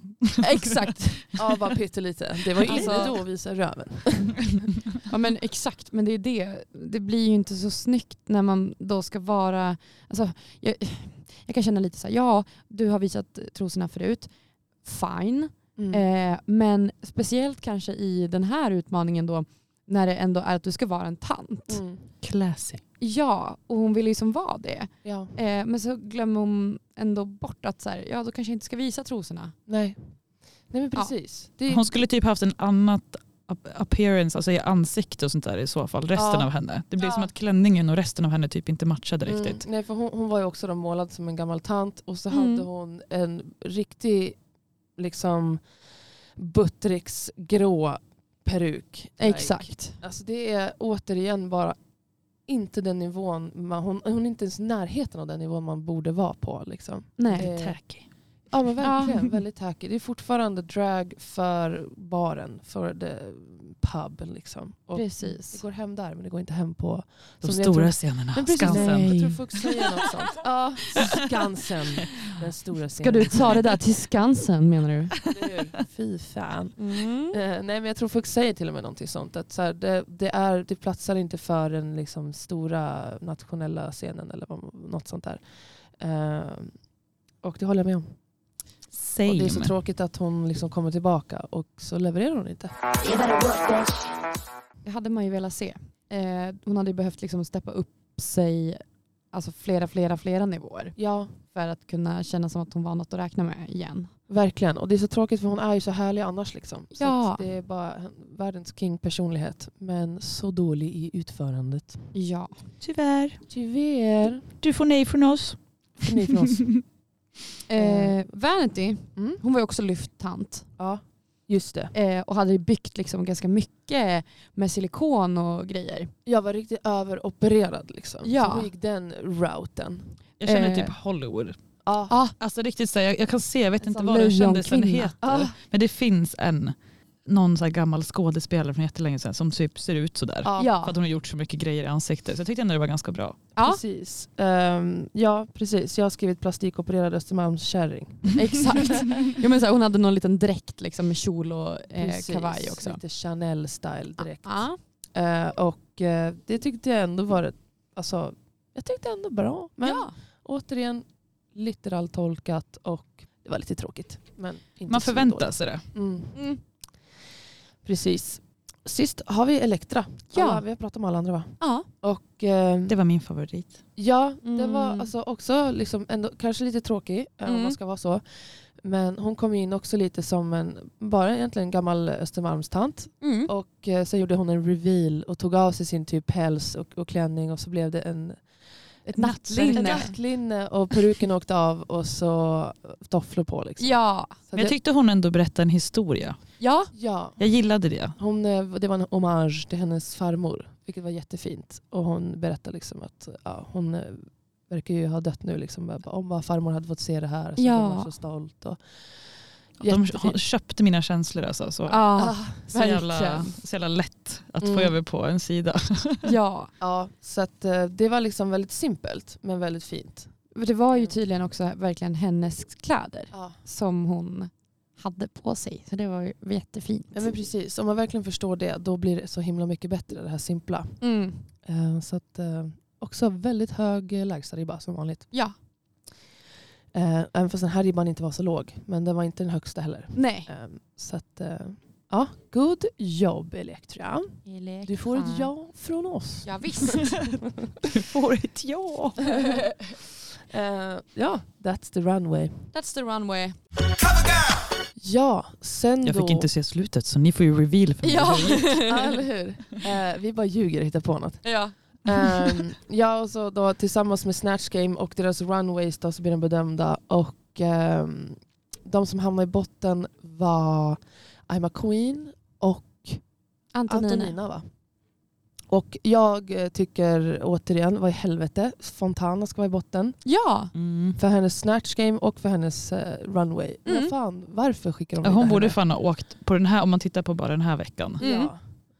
Speaker 3: Exakt.
Speaker 1: Ja, bara pyttelite. Det var ju
Speaker 3: Alltså-
Speaker 1: inne då att visa röven.
Speaker 3: Ja men exakt, men det är det. Det blir ju inte så snyggt när man då ska vara... Alltså, jag, jag kan känna lite så här, ja du har visat trosorna förut, fine.
Speaker 1: Mm.
Speaker 3: Eh, men speciellt kanske i den här utmaningen då, när det ändå är att du ska vara en tant.
Speaker 1: Mm.
Speaker 4: Classy.
Speaker 3: Ja, och hon vill ju som vara det.
Speaker 1: Ja.
Speaker 3: Eh, men så glömmer hon ändå bort att så här, ja då kanske jag inte ska visa trosorna.
Speaker 1: Nej. Nej men
Speaker 3: Ja.
Speaker 1: precis. Det är,
Speaker 4: Hon skulle typ haft en annat ap- appearance, alltså i ansikte och sånt där i så fall, resten
Speaker 1: Ja.
Speaker 4: av henne. Det blev
Speaker 1: Ja.
Speaker 4: som att klänningen och resten av henne typ inte matchade riktigt.
Speaker 1: Mm, nej för hon, hon var ju också då målad som en gammal tant och så
Speaker 3: Mm.
Speaker 1: hade hon en riktig liksom buttricks grå peruk.
Speaker 3: Exakt.
Speaker 1: Alltså det är återigen bara inte den nivån, man, hon, hon är inte ens i närheten av den nivån man borde vara på. Liksom.
Speaker 3: Nej.
Speaker 1: Eh,
Speaker 4: Tacky.
Speaker 1: Ja men verkligen,
Speaker 3: Ja.
Speaker 1: väldigt tacky. Det är fortfarande drag för baren, för the pub. Liksom. Och
Speaker 3: Precis.
Speaker 1: Det går hem där men det går inte hem på...
Speaker 4: De
Speaker 1: som jag
Speaker 4: stora
Speaker 1: tror-
Speaker 4: scenerna,
Speaker 1: Men precis,
Speaker 4: Skansen.
Speaker 3: Nej.
Speaker 1: Jag tror folk säger något sånt. Ja, Skansen. Den stora
Speaker 3: Ska
Speaker 1: scenen.
Speaker 3: du ta det där till Skansen menar du?
Speaker 1: Eller hur? Fy fan.
Speaker 3: Mm.
Speaker 1: Eh, nej men jag tror folk säger till och med någonting sånt. Att så här, det, det, är, det platsar inte för den liksom, stora nationella scenen eller vad- något sånt där. Eh, och det håller jag med om.
Speaker 4: Same.
Speaker 1: Och det är så tråkigt att hon liksom kommer tillbaka och så levererar hon inte.
Speaker 3: Det hade man ju velat se. Eh, hon hade ju behövt liksom steppa upp sig alltså flera, flera, flera nivåer
Speaker 1: Ja,
Speaker 3: för att kunna känna som att hon var något att räkna med igen.
Speaker 1: verkligen. Och det är så tråkigt för hon är ju så härlig annars. Liksom. Så
Speaker 3: Ja.
Speaker 1: att det är bara världens king-personlighet. Men så dålig i utförandet.
Speaker 3: Ja.
Speaker 4: Tyvärr.
Speaker 1: Tyvärr.
Speaker 4: Du får nej från oss.
Speaker 1: Ni från oss.
Speaker 3: Eh, Vanity,
Speaker 1: Mm.
Speaker 3: hon var ju också lyft tant
Speaker 1: Ja, just det.
Speaker 3: eh, och hade ju byggt liksom ganska mycket med silikon och grejer.
Speaker 1: Jag var riktigt överopererad liksom.
Speaker 3: Ja.
Speaker 1: Så då gick den routen.
Speaker 4: Jag känner
Speaker 3: Eh.
Speaker 4: typ Hollywood.
Speaker 1: Ja.
Speaker 3: Ah,
Speaker 4: Alltså riktigt så här, jag, jag kan se, jag vet
Speaker 3: En
Speaker 4: inte
Speaker 3: sån
Speaker 4: vad den kändisen
Speaker 3: lejonkvinna.
Speaker 4: heter.
Speaker 1: Ah.
Speaker 4: Men det finns en, någon så här gammal skådespelare från jättelänge sedan som typ ser ut sådär.
Speaker 1: Ja,
Speaker 4: För
Speaker 3: ja.
Speaker 4: att hon har gjort så mycket grejer i ansiktet. Så jag tyckte ändå det var ganska bra.
Speaker 3: ja,
Speaker 1: precis. Ehm, ja, precis. Jag har skrivit plastikopererad Östermalmskärring.
Speaker 3: exakt. Jo, men så här, hon hade någon liten dräkt liksom, med kjol och eh,
Speaker 1: Precis.
Speaker 3: kavaj också.
Speaker 1: Lite Chanel-style direkt.
Speaker 3: Ah,
Speaker 1: Eh, och eh, det tyckte jag ändå var ett, alltså, jag tyckte ändå bra. Men
Speaker 3: ja.
Speaker 1: återigen, litteraltolkat och det var lite tråkigt. Men inte
Speaker 4: Man
Speaker 1: så
Speaker 4: förväntar sig det.
Speaker 1: dåligt. Mm,
Speaker 3: Mm.
Speaker 1: precis. Sist har vi Elektra.
Speaker 3: Ja.
Speaker 1: Alla, vi har pratat om alla andra va?
Speaker 3: Ja.
Speaker 1: Och, ehm,
Speaker 4: Det var min favorit.
Speaker 1: Ja, det var
Speaker 3: Mm.
Speaker 1: alltså också liksom ändå, kanske lite tråkig eh, om
Speaker 3: Mm.
Speaker 1: man ska vara så. Men hon kom ju in också lite som en, bara egentligen gammal Östermalmstant.
Speaker 3: Mm.
Speaker 1: Och eh, sen gjorde hon en reveal och tog av sig sin typ päls och, och klänning och så blev det en
Speaker 3: Ett
Speaker 1: ett
Speaker 3: nattlinne.
Speaker 1: nattlinne och peruken åkte av och så tofflor på liksom.
Speaker 3: Ja.
Speaker 1: Så
Speaker 4: Men jag
Speaker 1: det,
Speaker 4: tyckte hon ändå berättade en historia.
Speaker 3: Ja.
Speaker 1: ja,
Speaker 4: Jag gillade det.
Speaker 1: hon, eh, det var en hommage till hennes farmor, vilket var jättefint. Och hon berättade liksom att ja, hon eh, verkar ju ha dött nu. Liksom. Jag bara, Om bara farmor hade fått se det här så
Speaker 3: Ja.
Speaker 1: ja. hon var så stolt. Och,
Speaker 4: De
Speaker 1: Jättefint.
Speaker 4: köpte mina känslor alltså. Så,
Speaker 3: Ah,
Speaker 1: Ah,
Speaker 4: så, jävla,
Speaker 3: verkligen.
Speaker 4: så jävla lätt att få
Speaker 1: Mm.
Speaker 4: över på en sida.
Speaker 3: ja.
Speaker 1: ja, så att, eh, det var liksom väldigt simpelt men väldigt fint.
Speaker 3: För Det var ju tydligen också verkligen hennes kläder
Speaker 1: Ja.
Speaker 3: som hon hade på sig. Så det var ju jättefint.
Speaker 1: men precis, om man verkligen förstår det då blir det så himla mycket bättre det här simpla.
Speaker 3: Mm.
Speaker 1: Eh, Så att, eh, också väldigt hög eh, lägsta ribba som vanligt.
Speaker 3: Ja.
Speaker 1: Eh, även fast den här ribban inte var så låg. Men den var inte den högsta heller.
Speaker 3: Nej.
Speaker 1: Eh, så att, eh, ja, good job Elektra. Du får ett ja från oss.
Speaker 3: Ja, visst.
Speaker 4: Du får ett ja.
Speaker 1: Eh, ja, that's the runway.
Speaker 3: That's the runway.
Speaker 2: Cover girl.
Speaker 1: Ja, sen
Speaker 4: Jag
Speaker 1: då...
Speaker 4: fick inte se slutet så ni får ju reveal för mig.
Speaker 3: Ja.
Speaker 1: Ja, eller hur? Eh, vi bara ljuger och hittar på något.
Speaker 3: ja.
Speaker 1: Ehm, ja, och så då tillsammans med Snatch Game och deras runways då, så blir de bedömda. Och ehm, de som hamnade i botten var I'm a Queen och
Speaker 3: Antonina.
Speaker 1: Antonina. va? Och jag eh, tycker återigen, vad i helvete, Fontana ska vara i botten.
Speaker 3: Ja.
Speaker 4: Mm.
Speaker 1: För hennes Snatch Game och för hennes eh, runway. Men
Speaker 3: Mm.
Speaker 1: fan, varför skickar de
Speaker 4: Ja, Hon
Speaker 1: vidare
Speaker 4: borde
Speaker 1: henne?
Speaker 4: fan ha åkt på den här, om man tittar på bara den här veckan.
Speaker 3: Mm.
Speaker 1: Ja.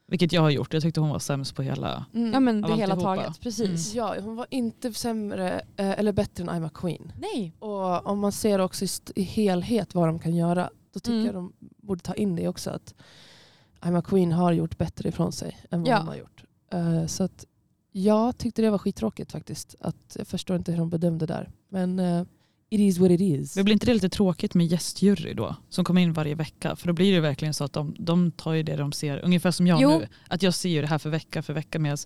Speaker 4: Vilket jag har gjort. Jag tyckte hon var sämst på hela.
Speaker 1: Mm.
Speaker 3: Ja men det
Speaker 4: Av
Speaker 3: hela
Speaker 4: alltihopa.
Speaker 3: taget, precis.
Speaker 1: Ja, hon var inte sämre eh, eller bättre än I'm a Queen.
Speaker 3: Nej.
Speaker 1: Och om man ser också i, st- i helhet vad de kan göra, då tycker
Speaker 3: Mm.
Speaker 1: jag de borde ta in det också. Att I'm a Queen har gjort bättre ifrån sig än vad
Speaker 3: Ja.
Speaker 1: hon har gjort. Eh, så att jag tyckte det var skittråkigt faktiskt. Att jag förstår inte hur de bedömde där. Men eh, it is what it is.
Speaker 4: Men blir inte det lite tråkigt med gästjury då? Som kommer in varje vecka. För då blir det verkligen så att de, de tar ju det de ser. Ungefär som jag
Speaker 3: Jo.
Speaker 4: nu. Att jag ser ju det här för vecka för vecka. Medan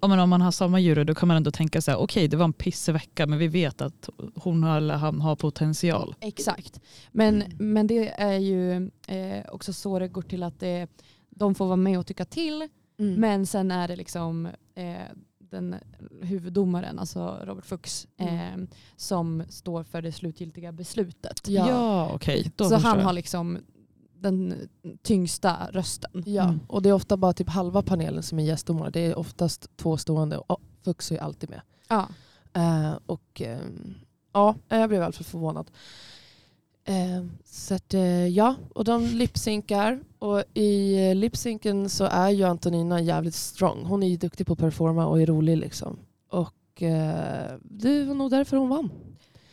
Speaker 4: om man, om man har samma jury då kan man ändå tänka så här. Okej det var en pissig vecka men vi vet att hon har- eller han har potential.
Speaker 3: Exakt. Men, men det är ju eh, också så det går till att det, de får vara med och tycka till.
Speaker 1: Mm.
Speaker 3: Men sen är det liksom eh, den huvuddomaren, alltså Robert Fuchs, eh, som står för det slutgiltiga beslutet.
Speaker 1: Ja.
Speaker 4: okej. Då
Speaker 3: Så
Speaker 4: förstår
Speaker 3: han
Speaker 4: jag.
Speaker 3: har liksom den tyngsta rösten.
Speaker 1: Ja,
Speaker 4: Mm.
Speaker 1: och det är ofta bara typ halva panelen som är gästdomare. Det är oftast två stående och Fux är ju alltid med.
Speaker 3: Ja.
Speaker 1: Eh, och ehm, ja, jag blev i alla fall förvånad. Eh, så att, eh, ja, och de lipsynkar. Och i eh, lipsynken så är ju Antonina jävligt strong. Hon är ju duktig på att performa och är rolig liksom. Och eh, det var nog därför hon vann.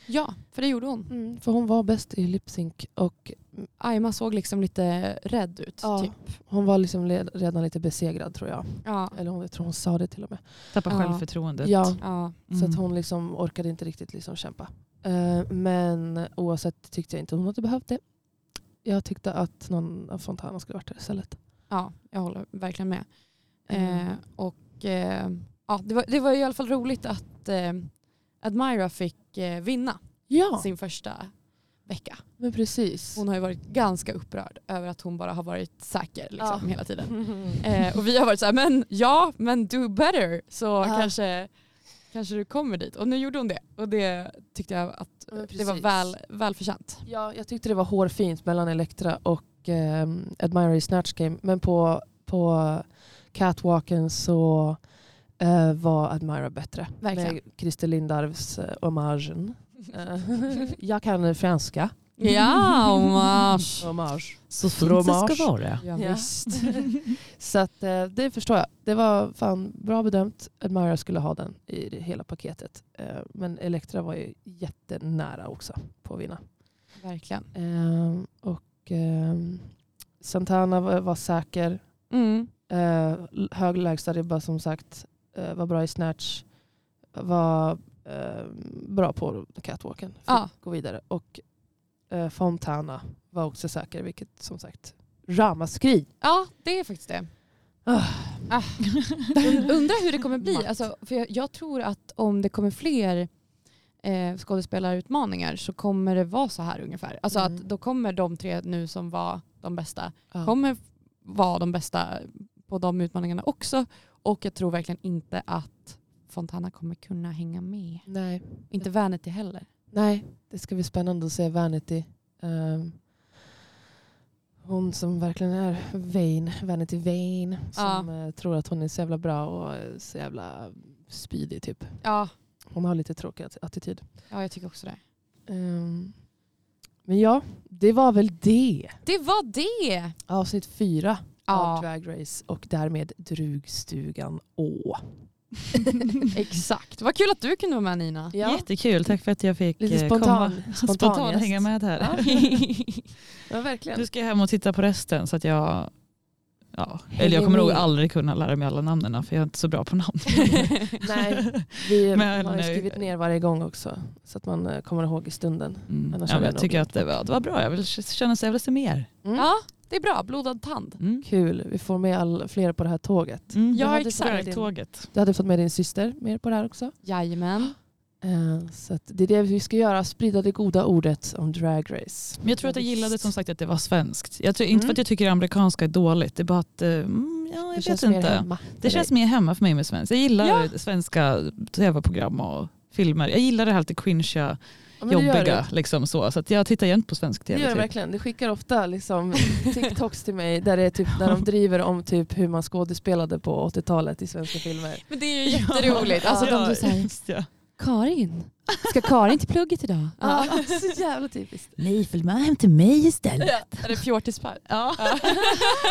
Speaker 3: ja, för det gjorde hon.
Speaker 1: för hon var bäst i lipsynk. Och
Speaker 3: Aima såg liksom lite rädd ut.
Speaker 1: Ja.
Speaker 3: Typ.
Speaker 1: hon var liksom led- redan lite besegrad tror jag.
Speaker 3: Ja.
Speaker 1: Eller hon, jag tror hon sa det till och med.
Speaker 4: Tappar
Speaker 3: Ja.
Speaker 4: självförtroendet.
Speaker 1: Ja,
Speaker 3: Ja.
Speaker 1: Så att
Speaker 4: Mm.
Speaker 1: hon liksom orkade inte riktigt liksom kämpa. Eh, men oavsett tyckte jag inte hon hade behövt det. Jag tyckte att någon av Fontana skulle varit där istället.
Speaker 3: Ja, jag håller verkligen med.
Speaker 1: Mm.
Speaker 3: Eh, och eh, ja, det, var, det var i alla fall roligt att eh, Admira fick eh, vinna
Speaker 1: Ja,
Speaker 3: sin första vecka.
Speaker 1: men precis.
Speaker 3: Hon har ju varit ganska upprörd över att hon bara har varit säker liksom,
Speaker 1: Ja.
Speaker 3: hela tiden. Eh, och vi har varit så här, men ja, men do better så kanske, kanske du kommer dit. Och nu gjorde hon det och det tyckte jag att
Speaker 1: Ja, men
Speaker 3: det var
Speaker 1: precis.
Speaker 3: väl, välförtjänt.
Speaker 1: Ja, jag tyckte det var hårfint mellan Elektra och eh, Admira i Snatch Game. Men på, på catwalken så eh, var Admira bättre.
Speaker 3: Verkligen.
Speaker 1: Med Christer Lindarws eh, hommagen. Eh, jag kan franska.
Speaker 3: Ja, Omars.
Speaker 1: Hommage.
Speaker 4: Så
Speaker 1: fint det ska
Speaker 4: vara.
Speaker 3: Ja,
Speaker 1: Ja.
Speaker 3: visst.
Speaker 1: Så att, eh, det förstår jag. Det var fan bra bedömt. Admira skulle ha den i det hela paketet. Eh, Men Elektra var ju jättenära också på att vinna.
Speaker 3: Verkligen.
Speaker 1: Eh, Och eh, Santana var, var säker.
Speaker 3: Mm.
Speaker 1: Eh, l- Hög lägsta ribba som sagt. Eh, Var bra i snatch. Var eh, bra på catwalken. Fick
Speaker 3: Ja.
Speaker 1: gå vidare. Och eh, Fontana var också säker vilket som sagt ramaskri.
Speaker 3: Ja, det är faktiskt det.
Speaker 1: Ah.
Speaker 3: Ah. Und- Undrar hur det kommer bli. Alltså, för jag, jag tror att om det kommer fler eh, skådespelarutmaningar så kommer det vara så här ungefär. Alltså att
Speaker 1: Mm.
Speaker 3: då kommer de tre nu som var de bästa
Speaker 1: Ja.
Speaker 3: kommer f- vara de bästa på de utmaningarna också. Och jag tror verkligen inte att Fontana kommer kunna hänga med.
Speaker 1: Nej.
Speaker 3: Inte Vanity heller.
Speaker 1: Nej, det ska bli spännande att se Vanity. Ehm, hon som verkligen är vain, Vanity Vain, som eh, tror att hon är så jävla bra och eh, så jävla spydig typ.
Speaker 3: Ja,
Speaker 1: Hon har lite tråkig att- attityd.
Speaker 3: ja jag tycker också det.
Speaker 1: Ehm, men ja, det var väl det.
Speaker 3: Det var det!
Speaker 1: Avsnitt fyra av
Speaker 3: Ja,
Speaker 1: Drag Race och därmed Drugstugan Å.
Speaker 3: exakt. Vad kul att du kunde vara med Nina.
Speaker 4: Jättekul, tack för att jag fick
Speaker 1: Lite
Speaker 4: eh,
Speaker 1: spontan,
Speaker 4: komma.
Speaker 1: spontan,
Speaker 4: spontant
Speaker 1: gäst.
Speaker 4: hänga med här.
Speaker 1: Ja, verkligen.
Speaker 4: Nu ska jag hem och titta på resten så att jag Ja. Eller jag kommer nog
Speaker 1: Helene.
Speaker 4: aldrig kunna lära mig alla namnen för jag är inte så bra på namn. Mm.
Speaker 1: Nej, vi,
Speaker 4: Men,
Speaker 1: man har ju
Speaker 4: eh,
Speaker 1: skrivit ner varje gång också. Så att man eh, kommer ihåg i stunden.
Speaker 4: Mm.
Speaker 1: Annars
Speaker 4: Ja,
Speaker 1: hade
Speaker 4: men
Speaker 1: jag
Speaker 4: jag
Speaker 1: nog
Speaker 4: tycker att det var, det var bra, jag vill k- känna så jag vill se mer.
Speaker 1: Mm.
Speaker 3: Ja, det är bra. Blodad tand.
Speaker 4: Mm.
Speaker 1: Kul, vi får med all, fler på det här tåget.
Speaker 4: Mm.
Speaker 3: Ja,
Speaker 4: Jag hade
Speaker 3: exakt.
Speaker 4: förstört Tåget.
Speaker 1: Du hade fått med din syster med på det här också.
Speaker 3: Jajamän.
Speaker 1: Eh, Så att det är det vi ska göra, sprida det goda ordet om Drag Race.
Speaker 4: Men jag tror att jag
Speaker 1: Ja,
Speaker 4: gillade
Speaker 1: visst.
Speaker 4: som sagt att det var svenskt. Jag tror, inte för
Speaker 1: Mm.
Speaker 4: att jag tycker det amerikanska är dåligt, det är bara att eh, mm, ja, jag
Speaker 1: det
Speaker 4: vet
Speaker 1: känns mer
Speaker 4: inte.
Speaker 1: hemma. för
Speaker 4: Det känns mer hemma för mig med svenskt. Jag gillar svenska tv-program och filmer. Jag gillar det här lite quinscha,
Speaker 1: dig. Ja, men det gör
Speaker 4: jobbiga.
Speaker 1: det.
Speaker 4: Liksom så. så att jag tittar jämt på svensk
Speaker 1: Det gör det
Speaker 4: tv. Typ.
Speaker 1: verkligen. Det skickar ofta liksom, TikToks till mig där, det är typ, där de driver om typ hur man skådespelade på 80-talet i svenska filmer.
Speaker 3: Men det är ju jätteroligt. Alltså
Speaker 4: Ja,
Speaker 3: de du säger,
Speaker 4: just ja.
Speaker 3: Karin, ska Karin till plugget idag?
Speaker 1: Ja. så jävla typiskt.
Speaker 4: Nej, följ med hem till mig istället.
Speaker 3: Ja. Är det fjortispär?
Speaker 4: Ja.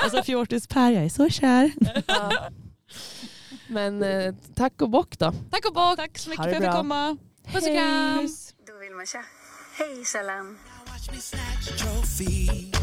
Speaker 4: alltså fjortis-Per, jag är så kär.
Speaker 1: Ja. Men eh, tack och bock då.
Speaker 3: Tack och bock. Tack så
Speaker 1: mycket för att jag fick
Speaker 3: komma. Puss och kram.
Speaker 6: Då vill man tja. Hej, salam.
Speaker 2: Now watch me snatch trophies.